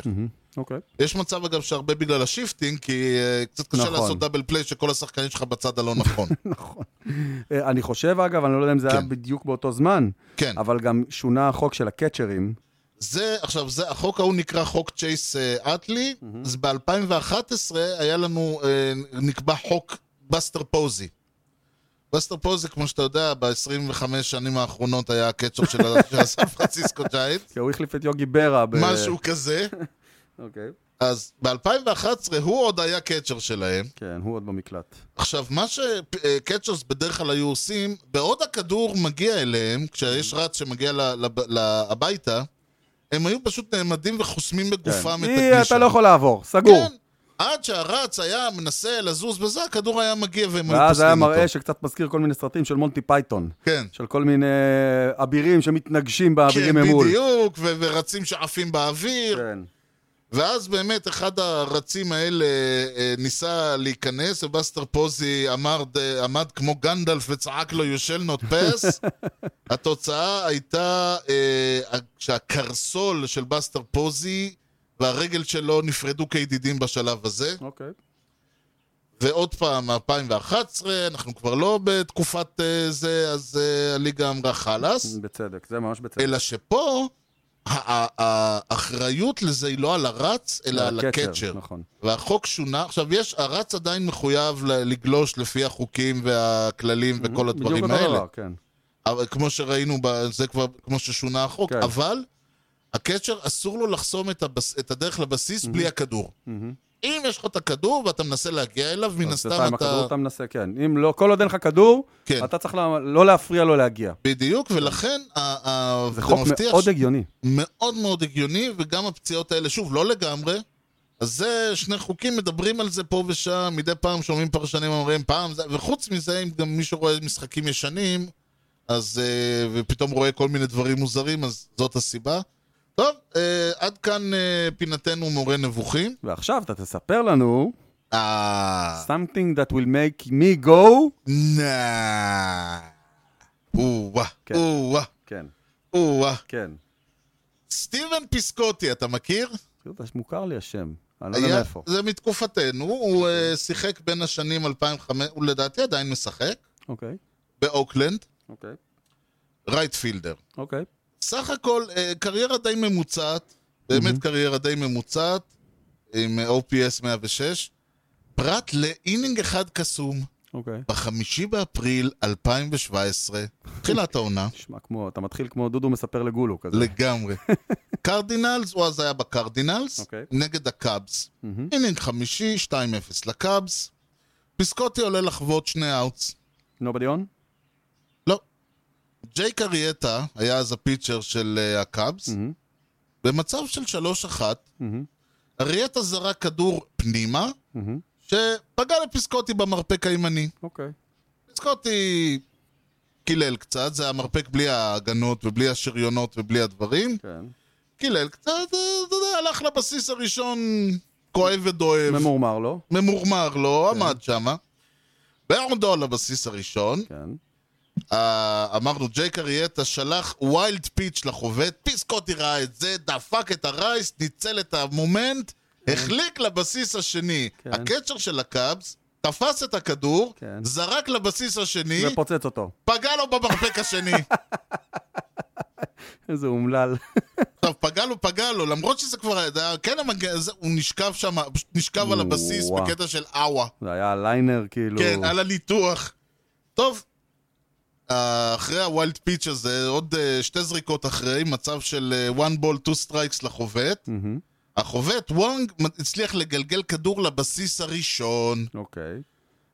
Speaker 2: אוקיי. (laughs)
Speaker 1: יש מצב, אגב, שהרבה בגלל השיפטינג, כי אה, קצת קשה
Speaker 2: נכון.
Speaker 1: לעשות דאבל פליי שכל השחקנים שלך בצד הלא
Speaker 2: (laughs)
Speaker 1: נכון.
Speaker 2: נכון. אה, אני חושב, אגב, אני לא יודע אם זה היה
Speaker 1: כן.
Speaker 2: בדיוק באותו זמן,
Speaker 1: כן.
Speaker 2: אבל גם שונה החוק של הקצ'רים.
Speaker 1: זה, עכשיו, זה, החוק ההוא נקרא חוק צ'ייס אה, אטלי, אז ב-2011 היה לנו, אה, נקבע חוק בסטר פוזי. בסטר פוזי, כמו שאתה יודע, ב-25 שנים האחרונות היה הקצ'ר של ה- (laughs) של הסן פרנסיסקו ג'יינט,
Speaker 2: כי הוא החליף את יוגי ברה ב...
Speaker 1: משהו כזה.
Speaker 2: אוקיי.
Speaker 1: אז ב-2011 הוא עוד היה קצ'ר שלהם.
Speaker 2: כן, הוא עוד במקלט.
Speaker 1: עכשיו, מה שקצ'רס בדרך כלל היו עושים, בעוד הכדור מגיע אליהם, כשיש רץ שמגיע ל- לב- ל- הביתה, הם היו פשוט נעמדים וחוסמים בגופם את
Speaker 2: היא,
Speaker 1: הגלישה.
Speaker 2: אתה לא יכול לעבור, סגור.
Speaker 1: כן, עד שהרץ היה מנסה לזוז בזה, הכדור היה מגיע והם היו
Speaker 2: ואז
Speaker 1: פוסלים
Speaker 2: היה
Speaker 1: אותו.
Speaker 2: מראה שקצת מזכיר כל מיני סרטים של מונטי פייתון.
Speaker 1: כן.
Speaker 2: של כל מיני אה, אבירים שמתנגשים באבירים
Speaker 1: כן,
Speaker 2: ממול.
Speaker 1: בדיוק, ו- ורצים שעפים באוויר.
Speaker 2: כן.
Speaker 1: ואז באמת אחד הרצים האלה אה, ניסה להיכנס, ובאסטר פוזי אמר, אה, עמד כמו גנדלף וצעק לו You shall not pass. התוצאה הייתה אה, שהקרסול של באסטר פוזי והרגל שלו נפרדו כידידים בשלב הזה.
Speaker 2: אוקיי.
Speaker 1: ועוד פעם, 2011, אנחנו כבר לא בתקופת אה, זה, אז אה, הליגה אמרה חלאס.
Speaker 2: בצדק, זה ממש בצדק.
Speaker 1: אלא שפה, ה- ה- ה- האחריות לזה היא לא על הרץ, אלא על
Speaker 2: הקצ'ר,
Speaker 1: הקצ'ר.
Speaker 2: נכון.
Speaker 1: והחוק שונה, עכשיו יש, הרץ עדיין מחויב ל- לגלוש לפי החוקים והכללים וכל הדברים
Speaker 2: Mm-hmm. בדיוק אותו
Speaker 1: האלה.
Speaker 2: דבר, כן.
Speaker 1: אבל כמו שראינו, ב- זה כבר, כמו ששונה החוק,
Speaker 2: כן.
Speaker 1: אבל הקצ'ר אסור לו לחסום את, הבס, את הדרך לבסיס
Speaker 2: Mm-hmm.
Speaker 1: בלי הכדור. אם יש לך את הכדור ואתה מנסה להגיע אליו, מן
Speaker 2: אז בינתיים
Speaker 1: הסתם
Speaker 2: הכדור
Speaker 1: אתה...
Speaker 2: אתה מנסה, כן. אם לא, כל עוד אין לך כדור,
Speaker 1: כן.
Speaker 2: אתה צריך לה- לא להפריע לו להגיע.
Speaker 1: בדיוק, ולכן ה- ה-
Speaker 2: כן. זה
Speaker 1: אתה
Speaker 2: חוק
Speaker 1: מבטיח
Speaker 2: מאוד
Speaker 1: ש-
Speaker 2: הגיוני.
Speaker 1: מאוד מאוד הגיוני, וגם הפציעות האלה, שוב, לא לגמרי. אז זה שני חוקים, מדברים על זה פה ושם, מדי פעם שומעים פרשנים אומרים פעם, זה, וחוץ מזה, אם גם מישהו רואה משחקים ישנים, אז, אה, ופתאום רואה כל מיני דברים מוזרים, אז זאת הסיבה. טוב, אה, עד כאן אה, פינתנו מורה נבוכים.
Speaker 2: ועכשיו אתה תספר לנו
Speaker 1: אה...
Speaker 2: something that will make me go.
Speaker 1: נא... או-אה,
Speaker 2: כן.
Speaker 1: או-אה,
Speaker 2: כן,
Speaker 1: או-אה.
Speaker 2: כן.
Speaker 1: סטיבן פיסקוטי, אתה מכיר?
Speaker 2: תראו, זה מוכר לי השם, אני לא יודע
Speaker 1: היה,
Speaker 2: מאיפה.
Speaker 1: זה מתקופתנו, הוא אה, שיחק בין השנים 2005, הוא לדעתי עדיין משחק,
Speaker 2: אוקיי,
Speaker 1: באוקלנד,
Speaker 2: אוקיי,
Speaker 1: רייט פילדר.
Speaker 2: אוקיי.
Speaker 1: סך הכל, אה, קריירה די ממוצעת, באמת קריירה די ממוצעת, עם אה, OPS 106, פרט לאינינג אחד קסום,
Speaker 2: אוקיי.
Speaker 1: בחמישי באפריל
Speaker 2: (laughs)
Speaker 1: 2017, תחילת העונה,
Speaker 2: נשמע כמו, אתה מתחיל כמו דודו מספר לגולו כזה. (laughs)
Speaker 1: לגמרי. קרדינלס, הוא אז היה בקרדינלס,
Speaker 2: אוקיי.
Speaker 1: נגד הקאבס.
Speaker 2: מהמם.
Speaker 1: אינינג חמישי, 2-0 לקאבס. פיסקוטי עולה לחוות שני אאוטס.
Speaker 2: Nobody on?
Speaker 1: לא. ג'ייק אריאטה היה אז הפיצ'ר של אה, הקאבס.
Speaker 2: מהמם.
Speaker 1: במצב של 3-1,
Speaker 2: מהמם.
Speaker 1: אריאטה זרק כדור פנימה,
Speaker 2: מהמם.
Speaker 1: שפגע לפיסקוטי במרפק הימני.
Speaker 2: אוקיי.
Speaker 1: פיסקוטי קילל קצת, זה המרפק בלי ההגנות ובלי השריונות ובלי הדברים.
Speaker 2: כן.
Speaker 1: קילל קצת, אה, אתה יודע, הלך לבסיס הראשון כואב ודואב.
Speaker 2: ממורמר לא? לו.
Speaker 1: ממורמר לו,
Speaker 2: כן.
Speaker 1: עמד שמה. בעודו על הבסיס הראשון,
Speaker 2: כן.
Speaker 1: אה, אמרנו ג'ייק אריאטה שלח ויילד פיץ' לחובט, פיסקוטי ראה את זה, דפק את הרייס, ניצל את המומנט, החליק לבסיס השני.
Speaker 2: כן.
Speaker 1: הקצ'ר של הקאבס תפס את הכדור,
Speaker 2: כן.
Speaker 1: זרק לבסיס השני,
Speaker 2: ופוצץ אותו.
Speaker 1: פגע לו במרפק
Speaker 2: (laughs)
Speaker 1: השני.
Speaker 2: איזה אומלל. (laughs)
Speaker 1: עכשיו, פגע לו, פגע לו, למרות שזה כבר היה, זה היה- כן, המג... זה- הוא נשכב שם, פשוט נשכב על הבסיס
Speaker 2: וואו.
Speaker 1: בקטע של אאווה.
Speaker 2: זה היה ליינר כאילו.
Speaker 1: כן, על הניתוח. טוב, אה, אחרי הווילד פיץ' הזה, עוד אה, שתי זריקות אחרי, מצב של אה, one ball, two strikes לחובט.
Speaker 2: מהמם.
Speaker 1: החובט, וונג, מ- הצליח לגלגל כדור לבסיס הראשון.
Speaker 2: אוקיי.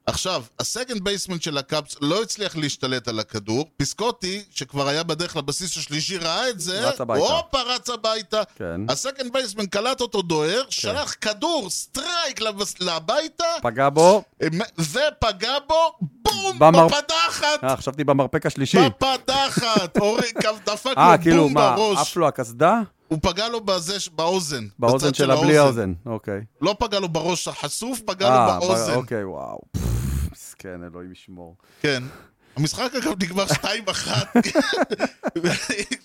Speaker 1: עכשיו, הסקנד בייסמן של הקאפס לא הצליח להשתלט על הכדור. פיסקוטי, שכבר היה בדרך לבסיס השלישי, ראה את זה.
Speaker 2: רץ הביתה.
Speaker 1: הופה, רץ הביתה.
Speaker 2: כן.
Speaker 1: הסקנד בייסמן קלט אותו דוהר, שלח כדור, סטרייק לבס... הביתה.
Speaker 2: פגע בו.
Speaker 1: ופגע בו, בום,
Speaker 2: במר-
Speaker 1: בפדחת!
Speaker 2: אה, חשבתי במרפק השלישי.
Speaker 1: בפדחת! אורי, כף- דפק
Speaker 2: אה, (laughs)
Speaker 1: לו
Speaker 2: כאילו
Speaker 1: בום
Speaker 2: מה,
Speaker 1: בראש.
Speaker 2: עף לו הקסדה?
Speaker 1: הוא פגע לו בזה, ש- באוזן.
Speaker 2: באוזן
Speaker 1: בצד
Speaker 2: שלה בלי האוזן. אוקיי.
Speaker 1: לא פגע לו בראש החשוף, פגע
Speaker 2: אה,
Speaker 1: לו
Speaker 2: ב-
Speaker 1: באוזן.
Speaker 2: אוקיי, וואו. פפפ, מסכן, אלוהים
Speaker 1: (laughs)
Speaker 2: ישמור.
Speaker 1: כן. המשחק אגב
Speaker 2: (laughs)
Speaker 1: נגמר (laughs) 2-1.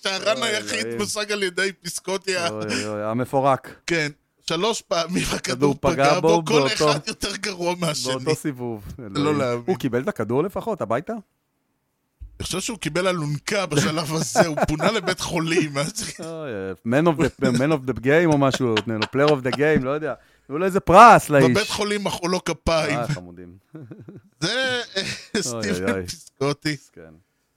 Speaker 1: שהרן היחיד
Speaker 2: אלוהים.
Speaker 1: מושג על ידי פיסקוטיה.
Speaker 2: אוי, אוי, המפורק.
Speaker 1: כן. עכשיו, שלוש פעמים הכדור
Speaker 2: הכדור פגע
Speaker 1: פגע בו,
Speaker 2: בו
Speaker 1: כל
Speaker 2: באותו-
Speaker 1: אחד יותר גרוע מהשני.
Speaker 2: באותו סיבוב. אלוהים.
Speaker 1: לא להאמין.
Speaker 2: הוא קיבל את הכדור לפחות, הביתה?
Speaker 1: אני חושב שהוא קיבל אלונקה בשלב הזה, הוא פונה לבית חולים. אז-
Speaker 2: אוי, אה, Man of the- Man of the game או משהו, נותן לו פלייר אוף דה גיים, לא יודע. תנו לו איזה פרס
Speaker 1: בבית
Speaker 2: לאיש.
Speaker 1: חולים מחאו לו כפיים.
Speaker 2: אה, חמודים.
Speaker 1: זה אה, סטיבן
Speaker 2: אוי.
Speaker 1: פיסקוטי.
Speaker 2: מסכן. כן.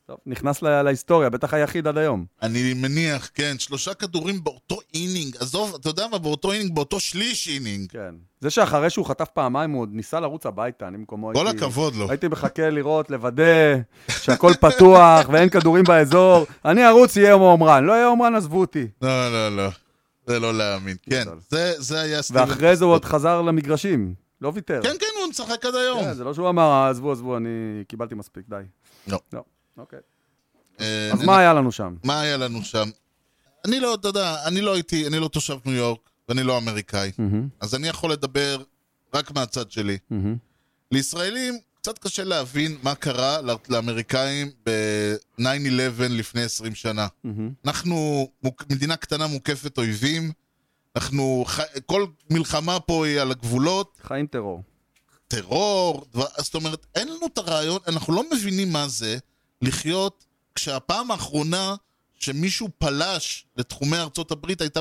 Speaker 2: טוב, נכנס לה- להיסטוריה, בטח היחיד עד היום.
Speaker 1: אני מניח, כן, שלושה כדורים באותו אינינג. עזוב, אתה יודע מה, באותו אינינג, באותו שליש אינינג.
Speaker 2: כן. זה שאחרי שהוא חטף פעמיים, הוא עוד ניסה לרוץ הביתה, אני במקומו
Speaker 1: כל
Speaker 2: הייתי...
Speaker 1: הכבוד לו.
Speaker 2: הייתי מחכה לראות, לוודא שהכל פתוח ואין כדורים באזור. אני ארוץ, יהיה יום עומרן. לא יהיה עומרן, עזבו אותי.
Speaker 1: לא, לא, לא. זה לא להאמין. כן,
Speaker 2: גדול.
Speaker 1: זה- זה היה סטיבן.
Speaker 2: ואחרי זה הוא עוד חזר למגרשים. לא ויתר.
Speaker 1: כן, כן, הוא משחק עד היום.
Speaker 2: כן, זה לא שהוא אמר, "אה, עזבו, עזבו, אני קיבלתי מספיק, די.
Speaker 1: לא.
Speaker 2: לא, אוקיי.
Speaker 1: אה,
Speaker 2: אז מה היה לנו שם?
Speaker 1: מה היה לנו שם? אני לא, אתה יודע, אני לא הייתי, אני לא תושב ניו יורק, ואני לא אמריקאי.
Speaker 2: מהמם,
Speaker 1: אז אני יכול לדבר רק מהצד שלי.
Speaker 2: מהמם.
Speaker 1: לישראלים קצת קשה להבין מה קרה לא- לאמריקאים ב-9-11 לפני 20 שנה.
Speaker 2: מהמם.
Speaker 1: אנחנו מוק- מדינה קטנה מוקפת אויבים, אנחנו, ח- כל מלחמה פה היא על הגבולות,
Speaker 2: חיים טרור.
Speaker 1: טרור, דבר, אז זאת אומרת, אין לנו את הרעיון, אנחנו לא מבינים מה זה לחיות כשהפעם האחרונה שמישהו פלש לתחומי ארצות הברית הייתה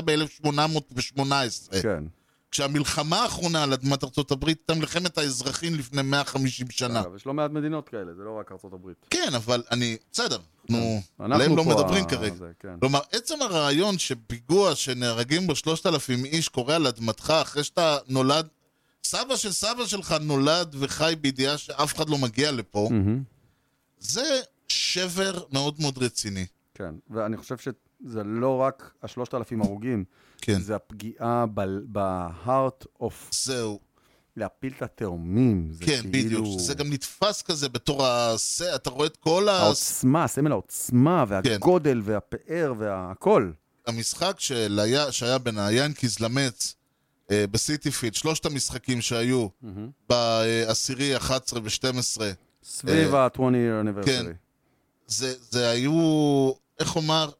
Speaker 1: ב-1818.
Speaker 2: כן.
Speaker 1: כשהמלחמה האחרונה על אדמת ארצות הברית הייתה מלחמת האזרחים לפני 150 שנה.
Speaker 2: אגב, יש לא מעט מדינות כאלה, זה לא רק ארצות הברית.
Speaker 1: כן, אבל אני, בסדר, נו,
Speaker 2: כן, אנחנו
Speaker 1: עליהם לא
Speaker 2: פה
Speaker 1: מדברים
Speaker 2: ה-
Speaker 1: כרגע.
Speaker 2: זה, כן.
Speaker 1: כלומר, עצם הרעיון שפיגוע שנהרגים בו 3,000 איש קורה על אדמתך אחרי שאתה נולד, סבא של סבא שלך נולד וחי בידיעה שאף אחד לא מגיע לפה,
Speaker 2: מהמם.
Speaker 1: זה שבר מאוד מאוד רציני.
Speaker 2: כן, ואני חושב שזה לא רק השלושת אלפים הרוגים,
Speaker 1: כן,
Speaker 2: זה הפגיעה בהארט אוף,
Speaker 1: זהו.
Speaker 2: להפיל את התאומים. זה כאילו
Speaker 1: כן, בדיוק. זה גם נתפס כזה בתור הסה, אתה רואה את כל ה...
Speaker 2: העוצמה, סמל העוצמה,
Speaker 1: כן.
Speaker 2: והגודל, והפאר, והכל.
Speaker 1: המשחק של היה, שהיה בין היאנקיז למץ אה, בסיטיפילד, שלושת המשחקים שהיו בעשירי, 11 ו-12,
Speaker 2: סביב
Speaker 1: אה,
Speaker 2: ה-20 year anniversary.
Speaker 1: זה, זה היו, איך אומר,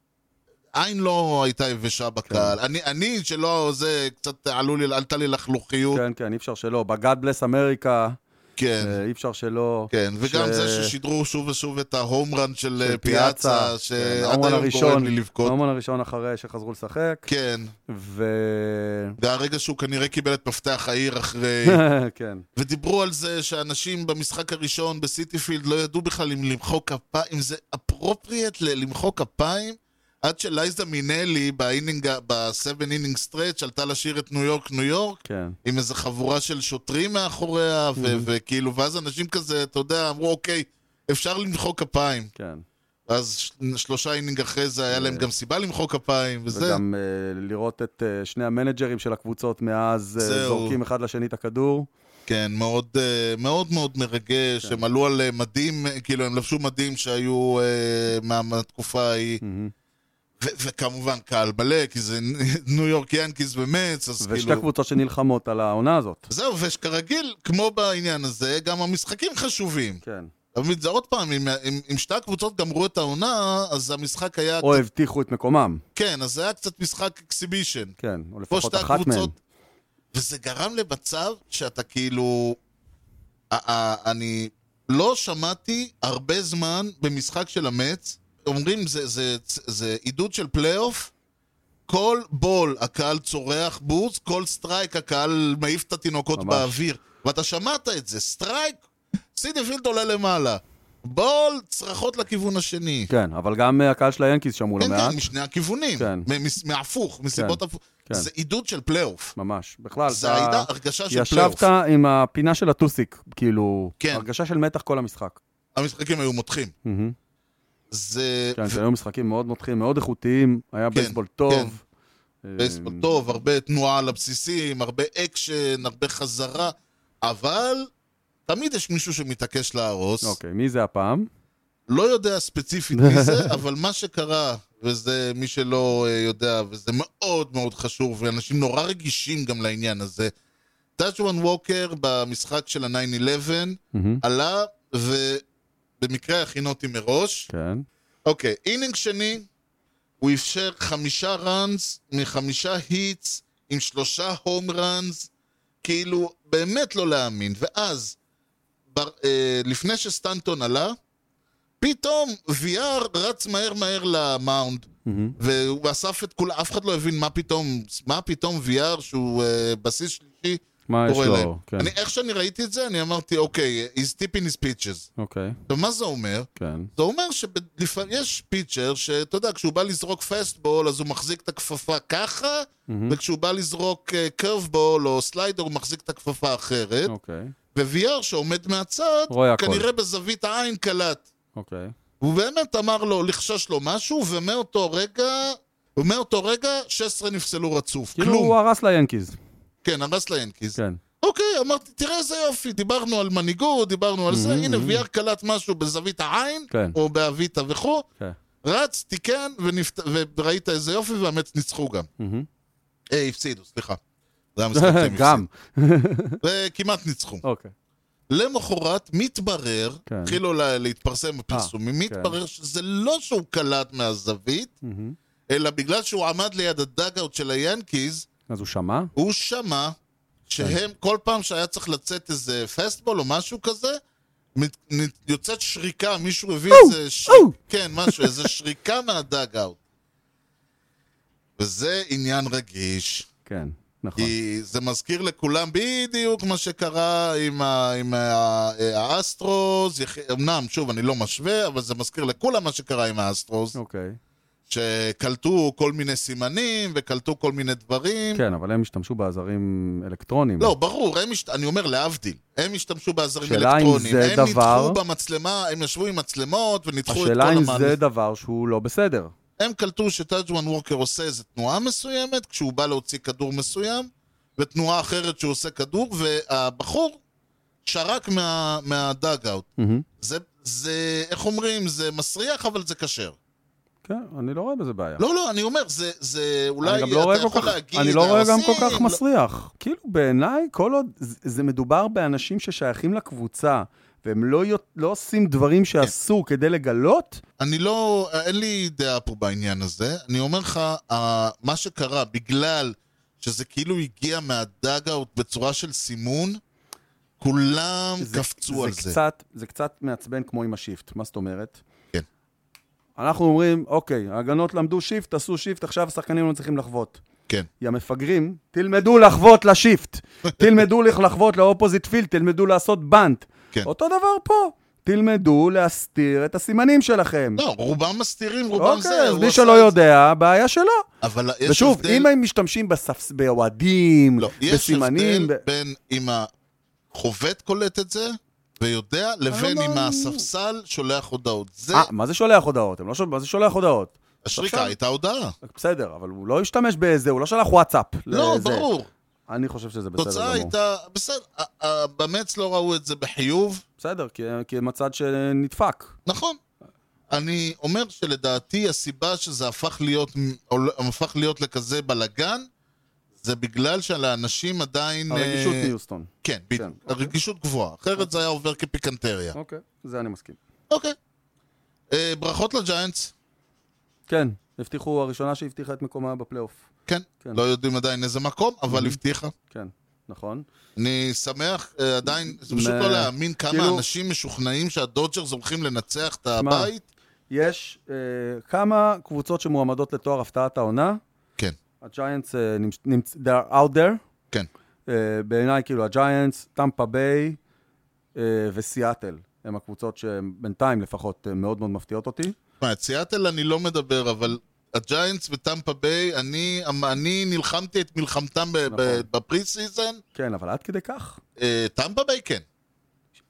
Speaker 1: עין לא הייתה יבשה בקהל. אני, אני שלא, זה קצת עלו לי, עלתה לי לחלוכיות.
Speaker 2: כן, כן, אי אפשר שלא. ב-God bless אמריקה,
Speaker 1: כן,
Speaker 2: אי אפשר שלא.
Speaker 1: כן. וגם
Speaker 2: ש-
Speaker 1: זה ששידרו שוב ושוב את ההום רן של
Speaker 2: של
Speaker 1: אה, פיאצה,
Speaker 2: כן,
Speaker 1: שעד
Speaker 2: ההומרן
Speaker 1: היום גורם
Speaker 2: הראשון-
Speaker 1: לי לבכות.
Speaker 2: ההומרן הראשון אחרי שחזרו לשחק,
Speaker 1: כן,
Speaker 2: ו...
Speaker 1: זה הרגע שהוא כנראה קיבל את מפתח העיר אחרי...
Speaker 2: (laughs) כן.
Speaker 1: ודיברו על זה שאנשים במשחק הראשון בסיטיפילד לא ידעו בכלל אם למחוא כפיים, אם זה אפרופריאט למחוא כפיים, עד שלייזה מינלי באינינג, ה- בסבן אינינג סטרץ' עלתה לשיר את ניו יורק, ניו יורק,
Speaker 2: כן.
Speaker 1: עם איזה חבורה של שוטרים מאחוריה, ו- וכאילו, ואז אנשים כזה, אתה יודע, אמרו, אוקיי, אפשר למחוא כפיים.
Speaker 2: כן.
Speaker 1: אז ש- שלושה אינינג אחרי זה היה להם גם סיבה למחוא כפיים, וזה...
Speaker 2: וגם אה, לראות את אה, שני המנג'רים של הקבוצות מאז אה,
Speaker 1: זהו.
Speaker 2: זורקים אחד לשני את הכדור.
Speaker 1: כן, מאוד אה, מאוד, מאוד מרגש, הם עלו על אה, מדים, אה, כאילו הם לבשו מדים שהיו אה, מה- מהתקופה ההיא, ו- וכמובן קהל מלא, כי זה (laughs) ניו יורק ינקיז ומץ, אז
Speaker 2: ושתי
Speaker 1: כאילו...
Speaker 2: הקבוצות שנלחמות על העונה הזאת.
Speaker 1: זהו, וכרגיל, כמו בעניין הזה, גם המשחקים חשובים.
Speaker 2: כן.
Speaker 1: אבל זה עוד פעם, אם, אם, אם שתי הקבוצות גמרו את העונה, אז המשחק היה...
Speaker 2: או הבטיחו את מקומם.
Speaker 1: כן, אז זה היה קצת משחק אקסיבישן.
Speaker 2: כן, או
Speaker 1: פה
Speaker 2: לפחות
Speaker 1: שתי
Speaker 2: אחת מהן.
Speaker 1: הקבוצות. וזה גרם למצב שאתה כאילו... ה- ה- אני לא שמעתי הרבה זמן במשחק של המץ, אומרים זה, זה, זה, זה עידוד של פלייאוף, כל בול הקהל צורח בוז, כל סטרייק הקהל מעיף את התינוקות
Speaker 2: ממש.
Speaker 1: באוויר. ואתה שמעת את זה, סטרייק, סידי פילד עולה למעלה. בול, צרחות לכיוון השני.
Speaker 2: כן, אבל גם אה, הקהל של היאנקיס שמעו לא
Speaker 1: כן,
Speaker 2: מעט.
Speaker 1: כן, משני הכיוונים.
Speaker 2: כן.
Speaker 1: מ- מס- מהפוך, מסיבות הפוך.
Speaker 2: כן.
Speaker 1: זה עידוד של פלייאוף.
Speaker 2: ממש. בכלל,
Speaker 1: זה
Speaker 2: אתה
Speaker 1: הייתה הרגשה של פלייאוף.
Speaker 2: ישבת עם הפינה של הטוסיק, כאילו,
Speaker 1: כן.
Speaker 2: הרגשה של מתח כל המשחק. Mm-hmm.
Speaker 1: המשחקים היו מותחים.
Speaker 2: מהמם.
Speaker 1: זה
Speaker 2: כן, זה היו משחקים מאוד מותחים, מאוד איכותיים, היה בייסבול טוב. אה,
Speaker 1: כן, בייסבול טוב, הרבה תנועה על הבסיסים, הרבה אקשן, הרבה חזרה, אבל תמיד יש מישהו שמתעקש להרוס.
Speaker 2: אוקיי, מי זה הפעם?
Speaker 1: לא יודע ספציפית מי
Speaker 2: (laughs)
Speaker 1: זה, אבל מה שקרה, וזה מי שלא אה, יודע, וזה מאוד מאוד חשוב, ואנשים נורא רגישים גם לעניין הזה. טאג'ואן ווקר במשחק של ה-9-11
Speaker 2: מהמם.
Speaker 1: עלה, ובמקרה הכין אותי מראש.
Speaker 2: כן.
Speaker 1: אוקיי, אינינג שני, הוא אפשר חמישה ראנס מחמישה היטס עם שלושה הום ראנס, כאילו, באמת לא להאמין. ואז, בר, אה, לפני שסטנטון עלה, פתאום VR רץ מהר מהר למאונד,
Speaker 2: Mm-hmm.
Speaker 1: והוא אסף את כולם, אף אחד לא הבין מה פתאום, מה פתאום VR שהוא אה, בסיס שלישי
Speaker 2: מה יש
Speaker 1: קורה להם.
Speaker 2: לו? כן,
Speaker 1: אני, איך שאני ראיתי את זה, אני אמרתי, אוקיי, he's tipping his pitches.
Speaker 2: אוקיי,
Speaker 1: עכשיו, מה זה אומר?
Speaker 2: כן.
Speaker 1: זה אומר שיש פיצ'ר שאתה יודע, כשהוא בא לזרוק פסטבול אז הוא מחזיק את הכפפה ככה, וכשהוא בא לזרוק קרבבול או סליידר הוא מחזיק את הכפפה אחרת,
Speaker 2: אוקיי,
Speaker 1: ו-VR שעומד מהצד,
Speaker 2: רואה הכל.
Speaker 1: כנראה בזווית העין קלט.
Speaker 2: אוקיי.
Speaker 1: הוא באמת אמר לו, לחשש לו משהו, ומאותו רגע, ומאותו רגע 16 נפסלו רצוף.
Speaker 2: כאילו
Speaker 1: כלום.
Speaker 2: הוא הרס ליאנקיז.
Speaker 1: כן, הרס ליאנקיז.
Speaker 2: כן.
Speaker 1: אוקיי, אמרתי, תראה איזה יופי, דיברנו על מנהיגות, דיברנו על זה,
Speaker 2: Mhm,
Speaker 1: הנה
Speaker 2: mhm.
Speaker 1: VR קלט משהו בזווית העין,
Speaker 2: כן.
Speaker 1: או באביטה וכו',
Speaker 2: כן.
Speaker 1: רץ, תיקן, ונפט... וראית איזה יופי, והמץ ניצחו גם.
Speaker 2: מהמם.
Speaker 1: אה, הפסידו, סליחה. זה היה משחק
Speaker 2: (laughs)
Speaker 1: שהם הפסידו.
Speaker 2: גם.
Speaker 1: וכמעט ניצחו.
Speaker 2: אוקיי.
Speaker 1: למחרת מתברר,
Speaker 2: כן.
Speaker 1: התחילו לה- להתפרסם בפרסומים,
Speaker 2: כן.
Speaker 1: מתברר שזה לא שהוא קלט מהזווית,
Speaker 2: מהמם.
Speaker 1: אלא בגלל שהוא עמד ליד הדאגאוט של היאנקיז,
Speaker 2: אז הוא שמע?
Speaker 1: הוא שמע
Speaker 2: כן.
Speaker 1: שהם, כל פעם שהיה צריך לצאת איזה פסטבול או משהו כזה, מת- נת- יוצאת שריקה, מישהו הביא איזה
Speaker 2: או.
Speaker 1: שריקה, כן, משהו, איזה שריקה מהדאג-אאוט. וזה עניין רגיש,
Speaker 2: כן, נכון.
Speaker 1: כי זה מזכיר לכולם בדיוק מה שקרה עם, ה, עם ה, אה, האסטרוס, יח- אמנם, שוב, אני לא משווה, אבל זה מזכיר לכולם מה שקרה עם האסטרוס,
Speaker 2: אוקיי.
Speaker 1: שקלטו כל מיני סימנים וקלטו כל מיני דברים,
Speaker 2: כן, אבל הם השתמשו בעזרים אלקטרונים.
Speaker 1: לא, ברור, הם השת... אני אומר להבדיל. הם השתמשו בעזרים
Speaker 2: השאלה אם
Speaker 1: אלקטרוניים.
Speaker 2: זה
Speaker 1: הם
Speaker 2: דבר-
Speaker 1: ניתחו במצלמה, הם ישבו עם מצלמות וניתחו את כל
Speaker 2: השאלה אם זה
Speaker 1: המהלך.
Speaker 2: דבר שהוא לא בסדר.
Speaker 1: הם קלטו שטאג'ואן וורקר עושה איזו תנועה מסוימת, כשהוא בא להוציא כדור מסוים, ותנועה אחרת שהוא עושה כדור, והבחור שרק מה... מהדאג-אאוט.
Speaker 2: מהמם.
Speaker 1: זה, זה, איך אומרים, זה מסריח, אבל זה כשר.
Speaker 2: כן, אני לא רואה בזה בעיה.
Speaker 1: לא, לא, אני אומר, זה, זה אולי
Speaker 2: אני גם לא רואה
Speaker 1: אתה
Speaker 2: כל
Speaker 1: יכול
Speaker 2: כך,
Speaker 1: להגיד...
Speaker 2: אני לא רואה גם כל
Speaker 1: "הרסים",
Speaker 2: כך
Speaker 1: לא-
Speaker 2: מסריח. כאילו בעיניי, כל עוד זה זה מדובר באנשים ששייכים לקבוצה, והם לא, יות- לא עושים
Speaker 1: כן.
Speaker 2: דברים שאסור כדי לגלות,
Speaker 1: אני לא, אין לי דעה פה בעניין הזה. אני אומר לך, ה- מה שקרה, בגלל שזה כאילו הגיע מהדאגאוט בצורה של סימון, כולם
Speaker 2: זה-
Speaker 1: קפצו על זה.
Speaker 2: קצת, זה קצת מעצבן כמו עם השיפט, מה זאת אומרת?
Speaker 1: כן.
Speaker 2: אנחנו אומרים, אוקיי, ההגנות למדו שיפט, תעשו שיפט, עכשיו השחקנים לא צריכים לחוות.
Speaker 1: כן.
Speaker 2: יא מפגרים, תלמדו
Speaker 1: (laughs)
Speaker 2: לחוות לשיפט. תלמדו לך- לחוות לאופוזיט פילד, תלמדו לעשות בנט.
Speaker 1: כן.
Speaker 2: אותו דבר פה, תלמדו להסתיר את הסימנים שלכם.
Speaker 1: לא, רובם מסתירים, רובם זה.
Speaker 2: אוקיי, אז
Speaker 1: הוא
Speaker 2: מי
Speaker 1: עשה
Speaker 2: שלא
Speaker 1: את זה.
Speaker 2: יודע, הבעיה שלו.
Speaker 1: אבל יש
Speaker 2: ושוב,
Speaker 1: הבדל...
Speaker 2: אם הם משתמשים בספס- באוהדים,
Speaker 1: לא, יש
Speaker 2: בסימנים...
Speaker 1: הבדל
Speaker 2: ב-
Speaker 1: בין אם החובט קולט את זה ויודע, לבין
Speaker 2: לא-
Speaker 1: אם הספסל שולח הודעות. זה,
Speaker 2: אה, מה זה שולח הודעות? הם לא שול- מה זה שולח הודעות?
Speaker 1: השריקה
Speaker 2: ספסל?
Speaker 1: הייתה
Speaker 2: אה,
Speaker 1: הודעה.
Speaker 2: בסדר, אבל הוא לא השתמש באיזה, הוא לא שלח וואטסאפ.
Speaker 1: לא,
Speaker 2: לזה.
Speaker 1: ברור.
Speaker 2: אני חושב שזה בסדר גמור.
Speaker 1: התוצאה הייתה... בסדר, ה- ה- במץ לא ראו את זה בחיוב.
Speaker 2: בסדר, כי- כי הם הצד שנדפק.
Speaker 1: נכון. אני אומר שלדעתי הסיבה שזה הפך להיות, או לא- הפך להיות לכזה בלאגן, זה בגלל שלאנשים עדיין...
Speaker 2: הרגישות
Speaker 1: אה,
Speaker 2: מיוסטון.
Speaker 1: כן, בדיוק.
Speaker 2: אוקיי.
Speaker 1: הרגישות גבוהה. אחרת זה היה עובר כפיקנטריה.
Speaker 2: אוקיי, זה אני מסכים.
Speaker 1: אוקיי. אה, ברכות לג'יינטס.
Speaker 2: כן, הבטיחו, הראשונה שהבטיחה את מקומה בפלייאוף.
Speaker 1: כן.
Speaker 2: כן.
Speaker 1: לא יודעים עדיין איזה מקום, אבל הבטיחה.
Speaker 2: כן, נכון.
Speaker 1: אני שמח, אה, עדיין, זה פשוט
Speaker 2: מ-
Speaker 1: לא להאמין כמה
Speaker 2: כאילו-
Speaker 1: אנשים משוכנעים שהדודג'רס הולכים לנצח את הבית.
Speaker 2: יש אה, כמה קבוצות שמועמדות לתואר הפתעת העונה.
Speaker 1: כן.
Speaker 2: הג'יינטס, אה, נמצ- נמצ- they're out there.
Speaker 1: כן.
Speaker 2: אה, בעיניי, כאילו, הג'יינטס, טמפה ביי אה, וסיאטל. הם הקבוצות שבינתיים לפחות אה, מאוד מאוד מפתיעות אותי.
Speaker 1: תשמע, את סיאטל אני לא מדבר, אבל הג'יינטס וטמפה ביי, אני, אני נלחמתי את מלחמתם ב-
Speaker 2: נכון.
Speaker 1: ב- בפרי סיזן,
Speaker 2: כן, אבל עד כדי כך.
Speaker 1: אה, טמפה ביי כן.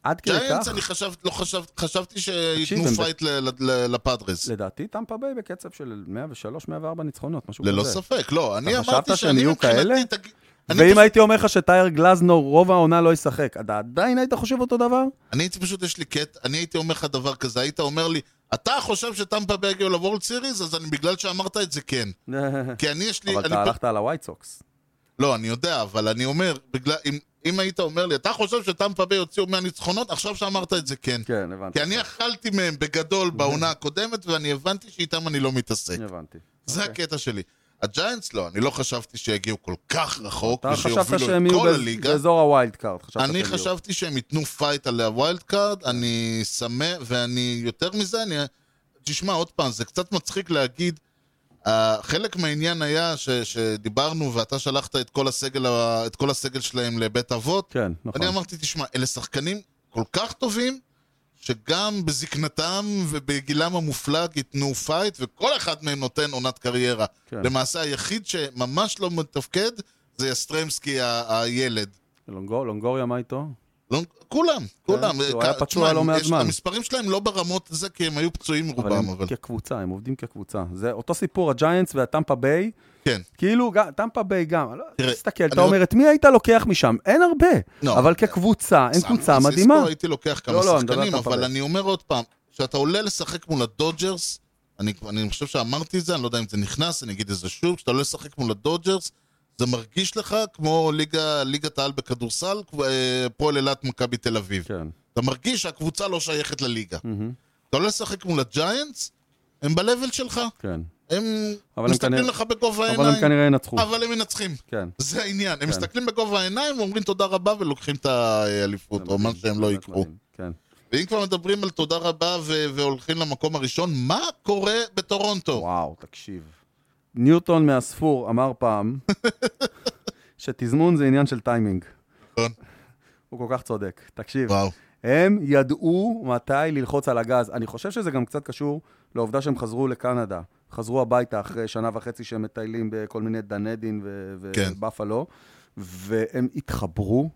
Speaker 2: עד כדי
Speaker 1: ג'יינטס
Speaker 2: כן, כך.
Speaker 1: אני חשבת, לא חשבת, חשבתי
Speaker 2: תקשיב,
Speaker 1: שייתנו
Speaker 2: הם ב-
Speaker 1: פייט ל- ל- ל- לפאדרס.
Speaker 2: לדעתי, טמפה ביי בקצב של 103-104 ניצחונות, משהו כזה.
Speaker 1: ללא ספק, לא. אני אמרתי
Speaker 2: אתה חשבת שהם
Speaker 1: שאני
Speaker 2: יהיו כאלה?
Speaker 1: מבחינתי... תגיד- אני
Speaker 2: ואם
Speaker 1: פשוט-
Speaker 2: הייתי אומר לך שטייר גלזנור רוב העונה לא ישחק, אתה עדיין היית חושב אותו דבר?
Speaker 1: אני הייתי פשוט, יש לי קטע, אני הייתי אומר לך דבר כזה, היית אומר לי, אתה חושב שטמפה ביי הגיעו לוורד סיריס? אז אני, בגלל שאמרת את זה, כן. כי (laughs) אני יש לי...
Speaker 2: אבל
Speaker 1: אני
Speaker 2: אתה
Speaker 1: פ-
Speaker 2: הלכת על הווייט סוקס.
Speaker 1: לא, אני יודע, אבל אני אומר, בגלל, אם, אם היית אומר לי, אתה חושב שטמפה ביי הוציאו 100 ניצחונות? עכשיו שאמרת את זה, כן.
Speaker 2: כן, הבנתי.
Speaker 1: כי אני אכלתי מהם בגדול בעונה הקודמת, ואני הבנתי שאיתם אני לא מתעסק.
Speaker 2: כן, הבנתי.
Speaker 1: זה
Speaker 2: אוקיי.
Speaker 1: הקטע שלי. הג'יינטס לא, אני לא חשבתי שיגיעו כל כך רחוק,
Speaker 2: אתה חשבת
Speaker 1: ושיובילו
Speaker 2: שהם
Speaker 1: את
Speaker 2: יהיו
Speaker 1: כל
Speaker 2: באז-
Speaker 1: הליגה.
Speaker 2: באזור הווילד קארד. חשבת שהם
Speaker 1: אני
Speaker 2: יהיו.
Speaker 1: חשבתי שהם ייתנו פייט על הווילד קארד, אני שמח, ואני יותר מזה, אני... תשמע, עוד פעם, זה קצת מצחיק להגיד, uh, חלק מהעניין היה ש, שדיברנו ואתה שלחת את כל הסגל, ה- את כל הסגל שלהם לבית אבות,
Speaker 2: כן, נכון.
Speaker 1: אני אמרתי, תשמע, אלה שחקנים כל כך טובים, שגם בזקנתם ובגילם המופלג ייתנו פייט, וכל אחד מהם נותן עונת קריירה.
Speaker 2: כן.
Speaker 1: למעשה, היחיד שממש לא מתפקד זה יסטרמסקי ה- הילד.
Speaker 2: לונגו- לונגוריה, מה איתו?
Speaker 1: לא, כולם, כולם.
Speaker 2: הוא
Speaker 1: כ-
Speaker 2: היה פצוע
Speaker 1: תשמע,
Speaker 2: לא מעט
Speaker 1: יש-
Speaker 2: זמן.
Speaker 1: המספרים שלהם לא ברמות זה, כי הם היו פצועים רובם,
Speaker 2: הם
Speaker 1: אבל...
Speaker 2: כקבוצה, הם עובדים כקבוצה. זה אותו סיפור, הג'יינטס והטמפה ביי.
Speaker 1: כן.
Speaker 2: כאילו, גם- טמפה ביי גם. אני לא-
Speaker 1: תראה,
Speaker 2: תסתכל,
Speaker 1: אני
Speaker 2: אתה
Speaker 1: לא-
Speaker 2: אומר, את מי היית לוקח משם? אין הרבה.
Speaker 1: לא.
Speaker 2: אבל כקבוצה, הם
Speaker 1: סן
Speaker 2: קבוצה
Speaker 1: פרנסיסקו,
Speaker 2: מדהימה.
Speaker 1: הייתי לוקח כמה
Speaker 2: לא, לא, אני מדבר
Speaker 1: שחקנים,
Speaker 2: על טמפה
Speaker 1: אבל
Speaker 2: ביי.
Speaker 1: אני אומר עוד פעם, כשאתה עולה לשחק מול הדודג'רס, אני, אני חושב שאמרתי את זה, אני לא יודע אם זה נכנס, אני אגיד את זה שוב, כשאתה עולה לשחק מול הדודג'רס, זה מרגיש לך כמו ליגה, ליגת העל בכדורסל, אה, פועל אילת מכבי תל אביב.
Speaker 2: כן.
Speaker 1: אתה מרגיש שהקבוצה לא שייכת לליגה.
Speaker 2: מהמם,
Speaker 1: אתה עולה לשחק מול הג'יינטס, הם ב-level שלך,
Speaker 2: כן.
Speaker 1: הם
Speaker 2: אבל הם
Speaker 1: מסתכלים
Speaker 2: כנראה-
Speaker 1: לך בגובה
Speaker 2: אבל הם
Speaker 1: העיניים.
Speaker 2: כנראה ינצחו.
Speaker 1: אבל הם מנצחים.
Speaker 2: כן.
Speaker 1: זה העניין. הם מסתכלים בגובה העיניים ואומרים תודה רבה ולוקחים את האליפות, או מה שהם לא
Speaker 2: באמת
Speaker 1: ייקחו.
Speaker 2: מדהים, כן.
Speaker 1: ואם כבר מדברים על תודה רבה ו- והולכים למקום הראשון, מה קורה בטורונטו?
Speaker 2: וואו, תקשיב. ניוטון מהספור אמר פעם שתזמון זה עניין של טיימינג.
Speaker 1: נכון.
Speaker 2: הוא כל כך צודק. תקשיב,
Speaker 1: וואו.
Speaker 2: הם ידעו מתי ללחוץ על הגז. אני חושב שזה גם קצת קשור לעובדה שהם חזרו לקנדה. חזרו הביתה אחרי שנה וחצי שהם מטיילים בכל מיני דנדין ו-
Speaker 1: כן.
Speaker 2: ובפלו, והם התחברו.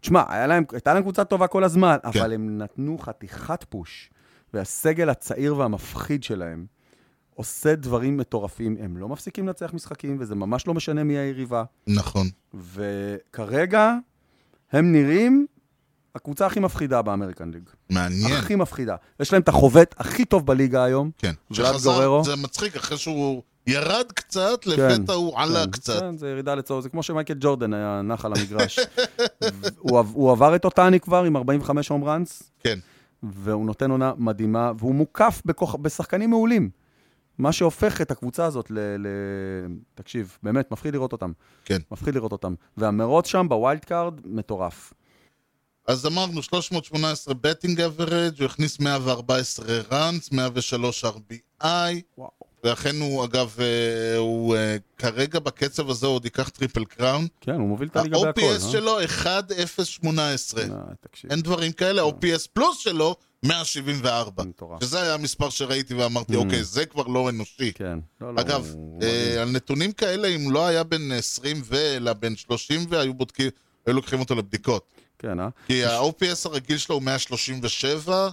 Speaker 2: תשמע, היה להם, הייתה להם קבוצה טובה כל הזמן,
Speaker 1: כן.
Speaker 2: אבל הם נתנו חתיכת פוש. והסגל הצעיר והמפחיד שלהם עושה דברים מטורפים. הם לא מפסיקים לנצח משחקים, וזה ממש לא משנה מי היריבה.
Speaker 1: נכון.
Speaker 2: וכרגע הם נראים הקבוצה הכי מפחידה באמריקן ליג.
Speaker 1: מעניין.
Speaker 2: הכי מפחידה. יש להם את החובט הכי טוב בליגה היום.
Speaker 1: כן.
Speaker 2: ולאד
Speaker 1: שחזר-
Speaker 2: גוררו?
Speaker 1: זה מצחיק, אחרי שהוא ירד קצת, לפתע הוא עלה
Speaker 2: כן,
Speaker 1: לא קצת.
Speaker 2: כן, זה ירידה לצורך, זה כמו שמייקל ג'ורדן היה נח על המגרש. הוא, עב- הוא עבר את אותני כבר עם 45 הום ראנס,
Speaker 1: כן.
Speaker 2: והוא נותן עונה מדהימה, והוא מוקף בכוח, בשחקנים מעולים. מה שהופך את הקבוצה הזאת ל... ל... תקשיב, באמת, מפחיד לראות אותם.
Speaker 1: כן.
Speaker 2: מפחיד לראות אותם. והמרוץ שם בווילד קארד, מטורף.
Speaker 1: אז אמרנו, 318 בטינג אברג', הוא הכניס 114 ראנס, 103 RBI.
Speaker 2: וואו.
Speaker 1: ואכן הוא, אגב, אה, הוא אה, כרגע בקצב הזה עוד ייקח טריפל קראון.
Speaker 2: כן, הוא מוביל את הליגה בהכל.
Speaker 1: ה-OPS
Speaker 2: אה?
Speaker 1: שלו 1.018.
Speaker 2: אה, תקשיב.
Speaker 1: אין דברים כאלה, ה-OPS פלוס שלו 174.
Speaker 2: מטורף. Mm.
Speaker 1: שזה היה המספר שראיתי ואמרתי, אוקיי, זה כבר לא אנושי.
Speaker 2: כן. לא, לא,
Speaker 1: אגב,
Speaker 2: הוא-
Speaker 1: אה, על נתונים כאלה, אם לא היה בין 20 ו... אלא בין 30 והיו בודקים, היו לוקחים אותו לבדיקות.
Speaker 2: כן, אה?
Speaker 1: כי ה-OPS הרגיל שלו הוא 137,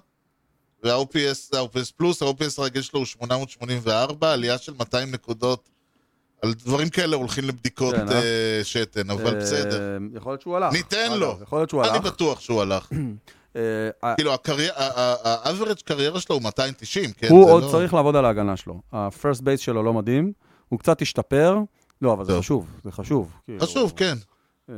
Speaker 1: וה-OPS, ה-OPS פלוס, ה-OPS הרגיל שלו הוא 884, עלייה של 200 נקודות. על דברים כאלה הולכים לבדיקות
Speaker 2: כן, אה?
Speaker 1: אה, שתן, אבל בסדר.
Speaker 2: אה, יכול להיות שהוא הלך.
Speaker 1: ניתן
Speaker 2: אגב,
Speaker 1: לו.
Speaker 2: יכול להיות שהוא
Speaker 1: אני
Speaker 2: הלך.
Speaker 1: בטוח שהוא
Speaker 2: (clears throat)
Speaker 1: הלך.
Speaker 2: אה, אה,
Speaker 1: כאילו, ה-average קריירה שלו הוא 290, כן?
Speaker 2: הוא
Speaker 1: זה
Speaker 2: עוד
Speaker 1: לא-
Speaker 2: צריך לעבוד על ההגנה שלו. ה-first base שלו לא מדהים, הוא קצת השתפר. לא, אבל זה
Speaker 1: טוב.
Speaker 2: חשוב, זה חשוב. כאילו,
Speaker 1: חשוב, כן.
Speaker 2: אה,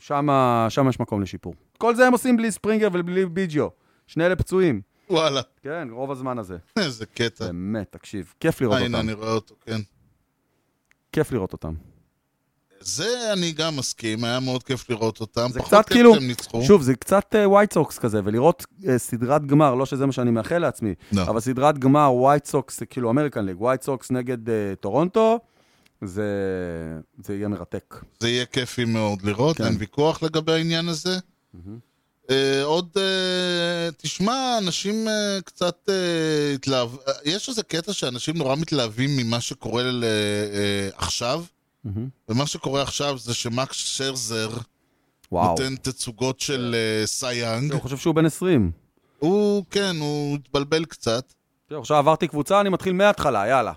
Speaker 2: שמה שמה יש מקום לשיפור. כל זה הם עושים בלי ספרינגר ובלי ביג'יו. שני אלה פצועים.
Speaker 1: וואלה, (laughs)
Speaker 2: כן, רוב הזמן הזה.
Speaker 1: איזה קטע.
Speaker 2: באמת, תקשיב, כיף
Speaker 1: אה,
Speaker 2: לראות
Speaker 1: הנה,
Speaker 2: אותם.
Speaker 1: אני רואה אותו, כן.
Speaker 2: כיף לראות אותם.
Speaker 1: זה אני גם מסכים, היה מאוד כיף לראות אותם.
Speaker 2: זה
Speaker 1: פחות
Speaker 2: קצת
Speaker 1: כיף
Speaker 2: כאילו,
Speaker 1: שהם ניצחו.
Speaker 2: שוב, זה קצת ווייט סוקס כזה, ולראות אה, סדרת גמר, לא שזה מה שאני מאחל לעצמי,
Speaker 1: לא.
Speaker 2: אבל סדרת גמר ווייט סוקס, זה כאילו אמריקן ליג, ווייט סוקס נגד אה, טורונטו, זה זה יהיה מרתק.
Speaker 1: זה יהיה כיפי מאוד לראות,
Speaker 2: כן.
Speaker 1: אין ויכוח לגבי העניין הזה. אה, עוד, אה, תשמע, אנשים אה, קצת אה, התלהב... אה, יש איזה קטע שאנשים נורא מתלהבים ממה שקורה ל- אה, עכשיו, ומה שקורה עכשיו זה שמקס שרזר
Speaker 2: וואו. אוקיי.
Speaker 1: נותן תצוגות של אה, סייאנג.
Speaker 2: אני חושב שהוא בן 20.
Speaker 1: הוא, כן, הוא התבלבל קצת.
Speaker 2: זהו, עכשיו עברתי קבוצה, אני מתחיל מההתחלה, יאללה.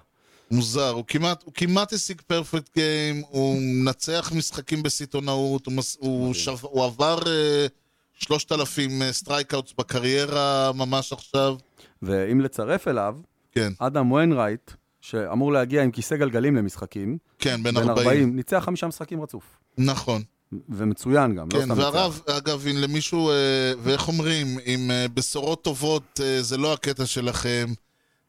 Speaker 1: מוזר, הוא כמעט, הוא כמעט השיג פרפקט גיים, הוא מנצח משחקים בסיטונאות, הוא, מס, הוא, שב, הוא עבר אה, 3,000 סטרייקאוטס בקריירה ממש עכשיו.
Speaker 2: ואם לצרף אליו,
Speaker 1: כן,
Speaker 2: אדם ויינרייט, שאמור להגיע עם כיסא גלגלים למשחקים,
Speaker 1: כן, בן
Speaker 2: בן
Speaker 1: 40.
Speaker 2: 40, ניצח חמישה משחקים רצוף.
Speaker 1: נכון.
Speaker 2: ומצוין גם, לא
Speaker 1: כן,
Speaker 2: סתם ניצח.
Speaker 1: והרב, אגב, אם למישהו, אה, ואיך אומרים, אם אה, בשורות טובות אה, זה לא הקטע שלכם,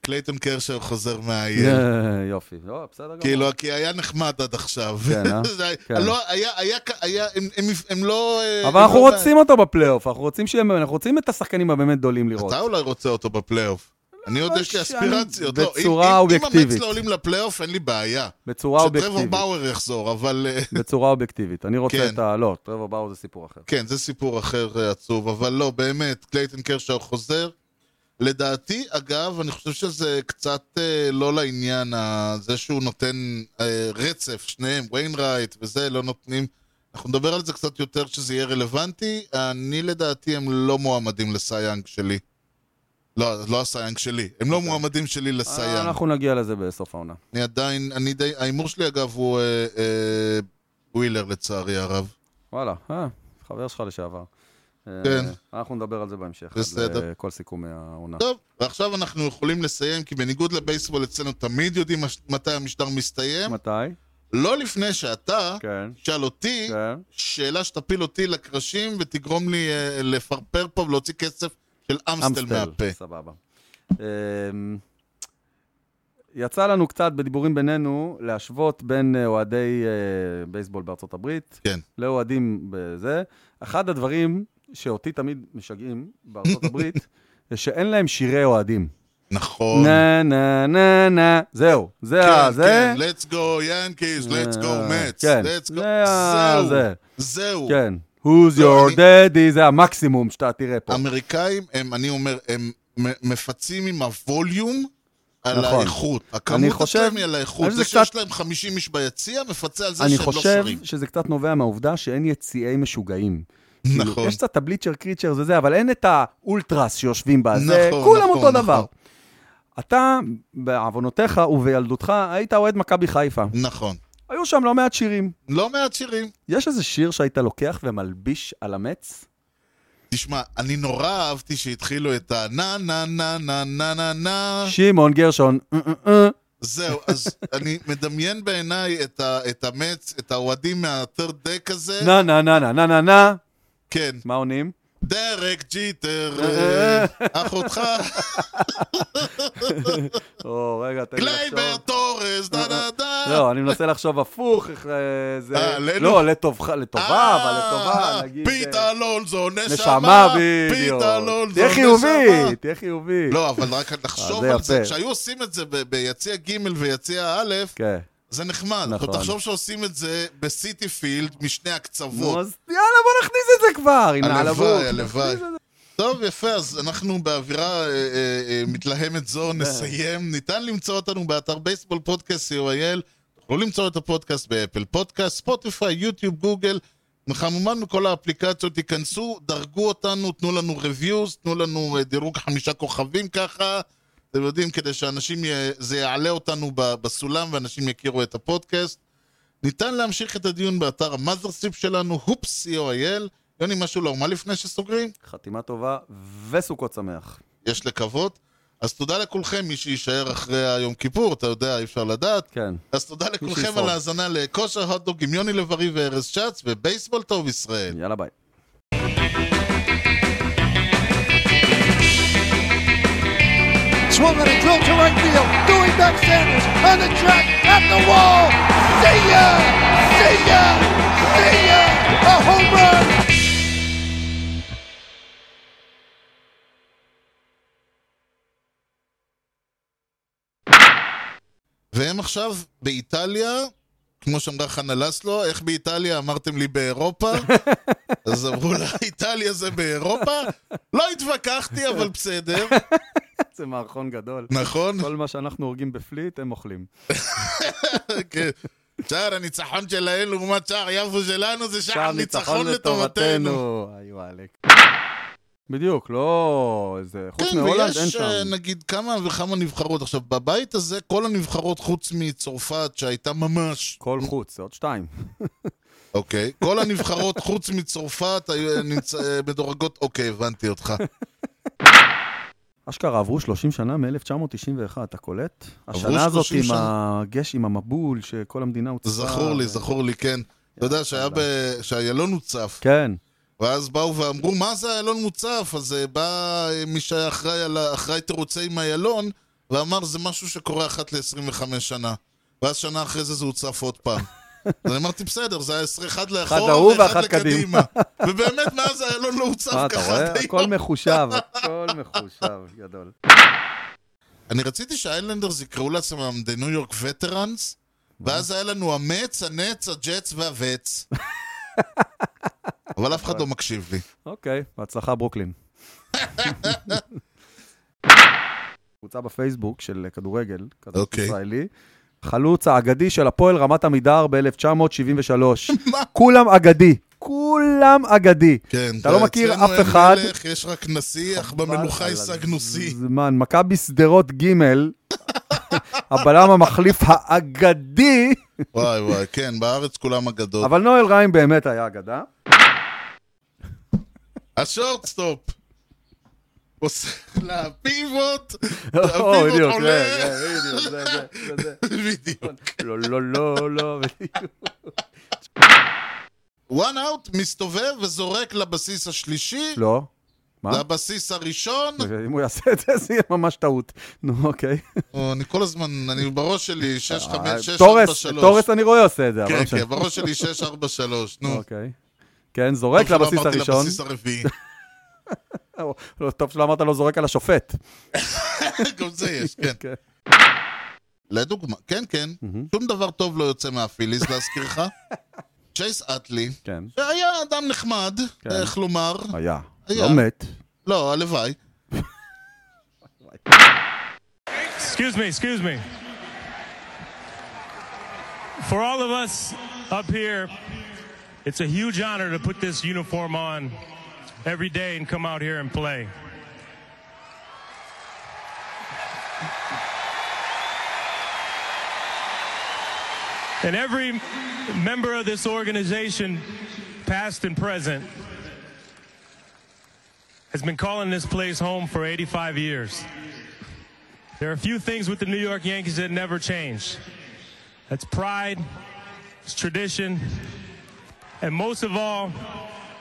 Speaker 1: קלייטון קרשר חוזר מהעיר.
Speaker 2: אה, (laughs) יופי. לא, בסדר גמור.
Speaker 1: כאילו, כי היה נחמד עד עכשיו.
Speaker 2: כן, אה?
Speaker 1: (laughs) זה היה-
Speaker 2: כן.
Speaker 1: לא, היה, היה, היה, הם- הם- הם לא... אה,
Speaker 2: אבל
Speaker 1: הם
Speaker 2: אנחנו
Speaker 1: לא-
Speaker 2: רוצים אותו בפלייאוף, אנחנו רוצים שיהיה, אנחנו רוצים את השחקנים הבאמת גדולים לראות.
Speaker 1: אתה אולי רוצה אותו בפלייאוף. אני עוד
Speaker 2: לא
Speaker 1: יש לי
Speaker 2: שאני-
Speaker 1: אספירציות. לא, אם-
Speaker 2: בצורה
Speaker 1: אם- אם
Speaker 2: אובייקטיבית.
Speaker 1: המץ לא עולים לפלייאוף, אין לי בעיה.
Speaker 2: בצורה
Speaker 1: שטרבור
Speaker 2: אובייקטיבית.
Speaker 1: באואר יחזור, אבל... אה,
Speaker 2: בצורה אובייקטיבית. אני רוצה
Speaker 1: כן.
Speaker 2: את ה... לא, טרוור באו זה סיפור אחר.
Speaker 1: כן, זה סיפור אחר אה, עצוב, אבל לא, באמת, קלייטון קרשר חוזר. לדעתי, אגב, אני חושב שזה קצת אה, לא לעניין, ה- זה שהוא נותן אה, רצף, שניהם, ויינרייט וזה, לא נותנים. אנחנו נדבר על זה קצת יותר, שזה יהיה רלוונטי. אני, לדעתי, הם לא מועמדים לסייאנג שלי. לא, זה לא הסייאנג שלי. הם לא מועמדים שלי לסייאנג.
Speaker 2: אה, אנחנו נגיע לזה בסוף העונה.
Speaker 1: אני עדיין, אני די, ההימור שלי, אגב, הוא אה, אה, ווילר, לצערי הרב.
Speaker 2: וואלה, אה, חבר שלך לשעבר. אה,
Speaker 1: כן.
Speaker 2: אנחנו נדבר על זה בהמשך.
Speaker 1: בסדר.
Speaker 2: על, אה, כל סיכום העונה.
Speaker 1: טוב, ועכשיו אנחנו יכולים לסיים, כי בניגוד לבייסבול אצלנו תמיד יודעים מש- מתי המשטר מסתיים.
Speaker 2: מתי?
Speaker 1: לא לפני שאתה
Speaker 2: כן.
Speaker 1: תשאל אותי
Speaker 2: כן.
Speaker 1: שאלה שתפיל אותי לקרשים ותגרום לי אה, לפרפר פה ולהוציא כסף של אמסטל מהפה.
Speaker 2: סבבה. אמ, יצא לנו קצת בדיבורים בינינו להשוות בין אה, אוהדי אה, בייסבול בארצות הברית
Speaker 1: כן.
Speaker 2: לאוהדים בזה. אחד הדברים שאותי תמיד משגעים
Speaker 1: (laughs)
Speaker 2: בארצות הברית, זה שאין להם שירי אוהדים.
Speaker 1: נכון.
Speaker 2: נה נה נה נה, זהו, זה ה...
Speaker 1: כן,
Speaker 2: זה...
Speaker 1: כן, let's go ינקיז, let's
Speaker 2: אה,
Speaker 1: go מץ,
Speaker 2: כן,
Speaker 1: let's go,
Speaker 2: זה ה-
Speaker 1: זהו,
Speaker 2: זה.
Speaker 1: זהו.
Speaker 2: כן. Who's
Speaker 1: לא,
Speaker 2: your daddy, זה המקסימום שאתה תראה פה.
Speaker 1: האמריקאים הם, אני אומר, הם מ- מפצים עם הווליום על
Speaker 2: נכון.
Speaker 1: האיכות.
Speaker 2: אני
Speaker 1: הכמות
Speaker 2: חושב-
Speaker 1: אצלם היא על
Speaker 2: אני
Speaker 1: האיכות.
Speaker 2: חושב
Speaker 1: זה
Speaker 2: שזה
Speaker 1: שיש
Speaker 2: קצת-
Speaker 1: להם 50 איש ביציע מפצה על זה
Speaker 2: אני
Speaker 1: שהם לא
Speaker 2: חושב
Speaker 1: שרים.
Speaker 2: שזה קצת נובע מהעובדה שאין יציאי משוגעים.
Speaker 1: נכון.
Speaker 2: כאילו, יש קצת את הבליצ'ר קריצ'ר וזה, אבל אין את האולטרס שיושבים בה, זה
Speaker 1: נכון,
Speaker 2: כולם
Speaker 1: נכון,
Speaker 2: אותו
Speaker 1: נכון.
Speaker 2: דבר. אתה, בעוונותיך ובילדותך, היית אוהד מכבי חיפה.
Speaker 1: נכון.
Speaker 2: היו שם לא מעט שירים.
Speaker 1: לא מעט שירים.
Speaker 2: יש איזה שיר שהיית לוקח ומלביש על המץ?
Speaker 1: תשמע, אני נורא אהבתי שהתחילו את ה... נה נה נה נה נה נה נה.
Speaker 2: שמעון גרשון, אה, אה, אה.
Speaker 1: זהו, אז
Speaker 2: (laughs)
Speaker 1: אני מדמיין בעיניי את ה- את המץ, את האוהדים מה-third day כזה.
Speaker 2: נה נה נה נה נה נה נה.
Speaker 1: כן.
Speaker 2: מה עונים?
Speaker 1: דרק ג'יטר, אה,
Speaker 2: (laughs)
Speaker 1: אחותך,
Speaker 2: או, רגע, תן לי לחשוב.
Speaker 1: גלייבר טורס, דה דה דה.
Speaker 2: לא, אני מנסה לחשוב הפוך, איך אה, זה...
Speaker 1: אה, עלינו?
Speaker 2: לא, לטובך, לטובה, אבל
Speaker 1: אה,
Speaker 2: לטובה, נגיד... אה,
Speaker 1: פית אלונזו, נשמה,
Speaker 2: נשמה בדיוק.
Speaker 1: פית אלונזו,
Speaker 2: תהיה
Speaker 1: נשמה.
Speaker 2: חיובי, תהיה חיובי.
Speaker 1: לא, אבל רק לחשוב
Speaker 2: זה
Speaker 1: על זה,
Speaker 2: יפה.
Speaker 1: כשהיו עושים את זה ב- ביציע ג' ויציע א',
Speaker 2: כן.
Speaker 1: זה נחמד. נכון.
Speaker 2: נכון.
Speaker 1: תחשוב שעושים את זה בסיטי פילד משני הקצוות.
Speaker 2: נו, אז יאללה, בוא נכניס את זה כבר. הנה, על הבוק.
Speaker 1: הלוואי, הלוואי. טוב, יפה, אז אנחנו באווירה אה, אה, אה, מתלהמת זו נסיים. ניתן למצוא אותנו באתר בייסבול פודקאסט co.il. תוכלו למצוא את הפודקאסט באפל פודקאסט, ספוטיפיי, יוטיוב, גוגל. וכמובן מכל האפליקציות, תיכנסו, דרגו אותנו, תנו לנו reviews, תנו לנו אה, דירוג חמישה כוכבים ככה. אתם יודעים, כדי שאנשים, י- זה יעלה אותנו ב- בסולם ואנשים יכירו את הפודקאסט. ניתן להמשיך את הדיון באתר המאזרסיפ שלנו, הופס, co.il. יוני, משהו לא, מה לפני שסוגרים?
Speaker 2: חתימה טובה וסוכות שמח.
Speaker 1: יש לקוות. אז תודה לכולכם, מי שיישאר אחרי היום כיפור, אתה יודע, אי אפשר לדעת.
Speaker 2: כן.
Speaker 1: אז תודה לכולכם
Speaker 2: שישרוד.
Speaker 1: על ההאזנה לכושר הוטדוג עם יוני לב-ארי וארז שץ, ובייסבול טוב ישראל.
Speaker 2: יאללה, ביי. (laughs)
Speaker 7: Swung and a drill to right field. Doing back Sanders on the track at the wall. See ya! See ya! See ya! A home run!
Speaker 1: והם עכשיו באיטליה, כמו שאמרה חנה לסלו, איך באיטליה אמרתם לי (laughs) באירופה? אז אמרו לה, איטליה זה באירופה? לא התווכחתי, אבל בסדר,
Speaker 2: זה מערכון
Speaker 1: (laughs)
Speaker 2: גדול.
Speaker 1: נכון?
Speaker 2: כל מה שאנחנו הורגים בפליט, הם אוכלים.
Speaker 1: (laughs) כן. שער הניצחון שלהם לעומת שער יפו שלנו זה שער (laughs) ניצחון לטובתנו.
Speaker 2: היו עלק. בדיוק, לא... זה... חוץ
Speaker 1: כן,
Speaker 2: מהולנד אין
Speaker 1: ויש אה,
Speaker 2: שם.
Speaker 1: נגיד כמה וכמה נבחרות. עכשיו, בבית הזה כל הנבחרות חוץ מצרפת שהייתה ממש...
Speaker 2: כל חוץ, זה עוד שתיים.
Speaker 1: אוקיי. כל
Speaker 2: (laughs)
Speaker 1: הנבחרות חוץ מצרפת היו אה, נמצא- אה, מדורגות... אוקיי, הבנתי
Speaker 2: (laughs)
Speaker 1: אותך.
Speaker 2: אשכרה עברו 30 שנה מ-1991, אתה קולט? השנה הזאת
Speaker 1: 30
Speaker 2: עם
Speaker 1: שנה.
Speaker 2: הגש, עם המבול, שכל המדינה הוצפה.
Speaker 1: זכור לי, זכור לי, כן. אתה יודע שהיה לא ב... שהאיילון הוצף,
Speaker 2: כן,
Speaker 1: ואז באו ואמרו, מה זה איילון מוצף? אז אה, בא אה, מי שהיה אחראי על ה- אחראי תירוצי עם איילון, ואמר, זה משהו שקורה אחת ל-25 שנה. ואז שנה אחרי זה זה הוצף עוד פעם. אז אני אמרתי, בסדר, זה היה עשר- אחד לאחורה
Speaker 2: ההוא
Speaker 1: ואחד
Speaker 2: ואחד קדימה."
Speaker 1: לקדימה. ובאמת, מאז איילון לא הוצף
Speaker 2: מה,
Speaker 1: ככה.
Speaker 2: אה, אתה רואה?
Speaker 1: עד היום.
Speaker 2: הכל מחושב, הכל מחושב, גדול.
Speaker 1: אני רציתי שהאיילנדרס יקראו לעצמם The New York Veterans, ואז היה לנו המץ, הנץ, הג'אטס
Speaker 2: (laughs)
Speaker 1: והווץ. אבל אף אחד לא מקשיב לי.
Speaker 2: אוקיי,
Speaker 1: (laughs)
Speaker 2: בהצלחה ברוקלין. קבוצה בפייסבוק של כדורגל, כדורגל
Speaker 1: אוקיי.
Speaker 2: ישראלי, חלוץ האגדי של הפועל רמת עמידר
Speaker 1: (laughs)
Speaker 2: ב-1973.
Speaker 1: מה?
Speaker 2: כולם אגדי, כולם אגדי.
Speaker 1: כן,
Speaker 2: אתה לא מכיר
Speaker 1: אצלנו
Speaker 2: אף
Speaker 1: אין
Speaker 2: אחד.
Speaker 1: מלך, יש רק נסיך, במלוכה
Speaker 2: על
Speaker 1: השגנו שיא.
Speaker 2: הזמן, מכבי שדרות ג', (laughs) הבלם המחליף האגדי,
Speaker 1: וואי וואי, כן, בארץ כולם אגדות.
Speaker 2: אבל נואל ריים באמת היה אגדה.
Speaker 1: השורטסטופ! עושה לה
Speaker 2: (laughs)
Speaker 1: פיבוט,
Speaker 2: או,
Speaker 1: הפיבוט
Speaker 2: בדיוק, זה,
Speaker 1: עולה,
Speaker 2: זה, בדיוק, זה, זה, זה, זה.
Speaker 1: בדיוק.
Speaker 2: לא, לא, לא, לא, בדיוק.
Speaker 1: one out מסתובב וזורק לבסיס השלישי,
Speaker 2: לא. מה?
Speaker 1: לבסיס הראשון.
Speaker 2: אם הוא יעשה את זה, זה יהיה ממש טעות. נו, אוקיי.
Speaker 1: או, אני כל הזמן, אני בראש שלי 6, 5, 6, 4,
Speaker 2: אה, תורס,
Speaker 1: 3.
Speaker 2: תורס אני רואה עושה את זה, אבל לא
Speaker 1: כן,
Speaker 2: משנה.
Speaker 1: כן, בראש שלי 6, 4, 3. נו,
Speaker 2: אוקיי. כן, זורק
Speaker 1: טוב שלא
Speaker 2: לבסיס
Speaker 1: אמרתי
Speaker 2: הראשון.
Speaker 1: לבסיס הרביעי.
Speaker 2: לא, טוב שלא אמרת לו זורק על השופט.
Speaker 1: גם זה יש, כן.
Speaker 2: כן.
Speaker 1: לדוגמה, כן, כן,
Speaker 2: מהמם.
Speaker 1: שום דבר טוב לא יוצא מהפיליס, להזכירך. (laughs) צ'ייס אטלי,
Speaker 2: כן.
Speaker 1: שהיה אדם נחמד,
Speaker 2: כן.
Speaker 1: איך לומר,
Speaker 2: היה.
Speaker 1: היה.
Speaker 2: לא מת.
Speaker 1: לא, הלוואי.
Speaker 8: Excuse me, excuse me. For all of us up here, it's a huge honor to put this uniform on every day and come out here and play. And every member of this organization, past and present, has been calling this place home for 85 years. There are a few things with the New York Yankees that never change. That's pride, it's tradition, and most of all,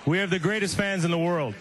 Speaker 8: we have the greatest fans in the world.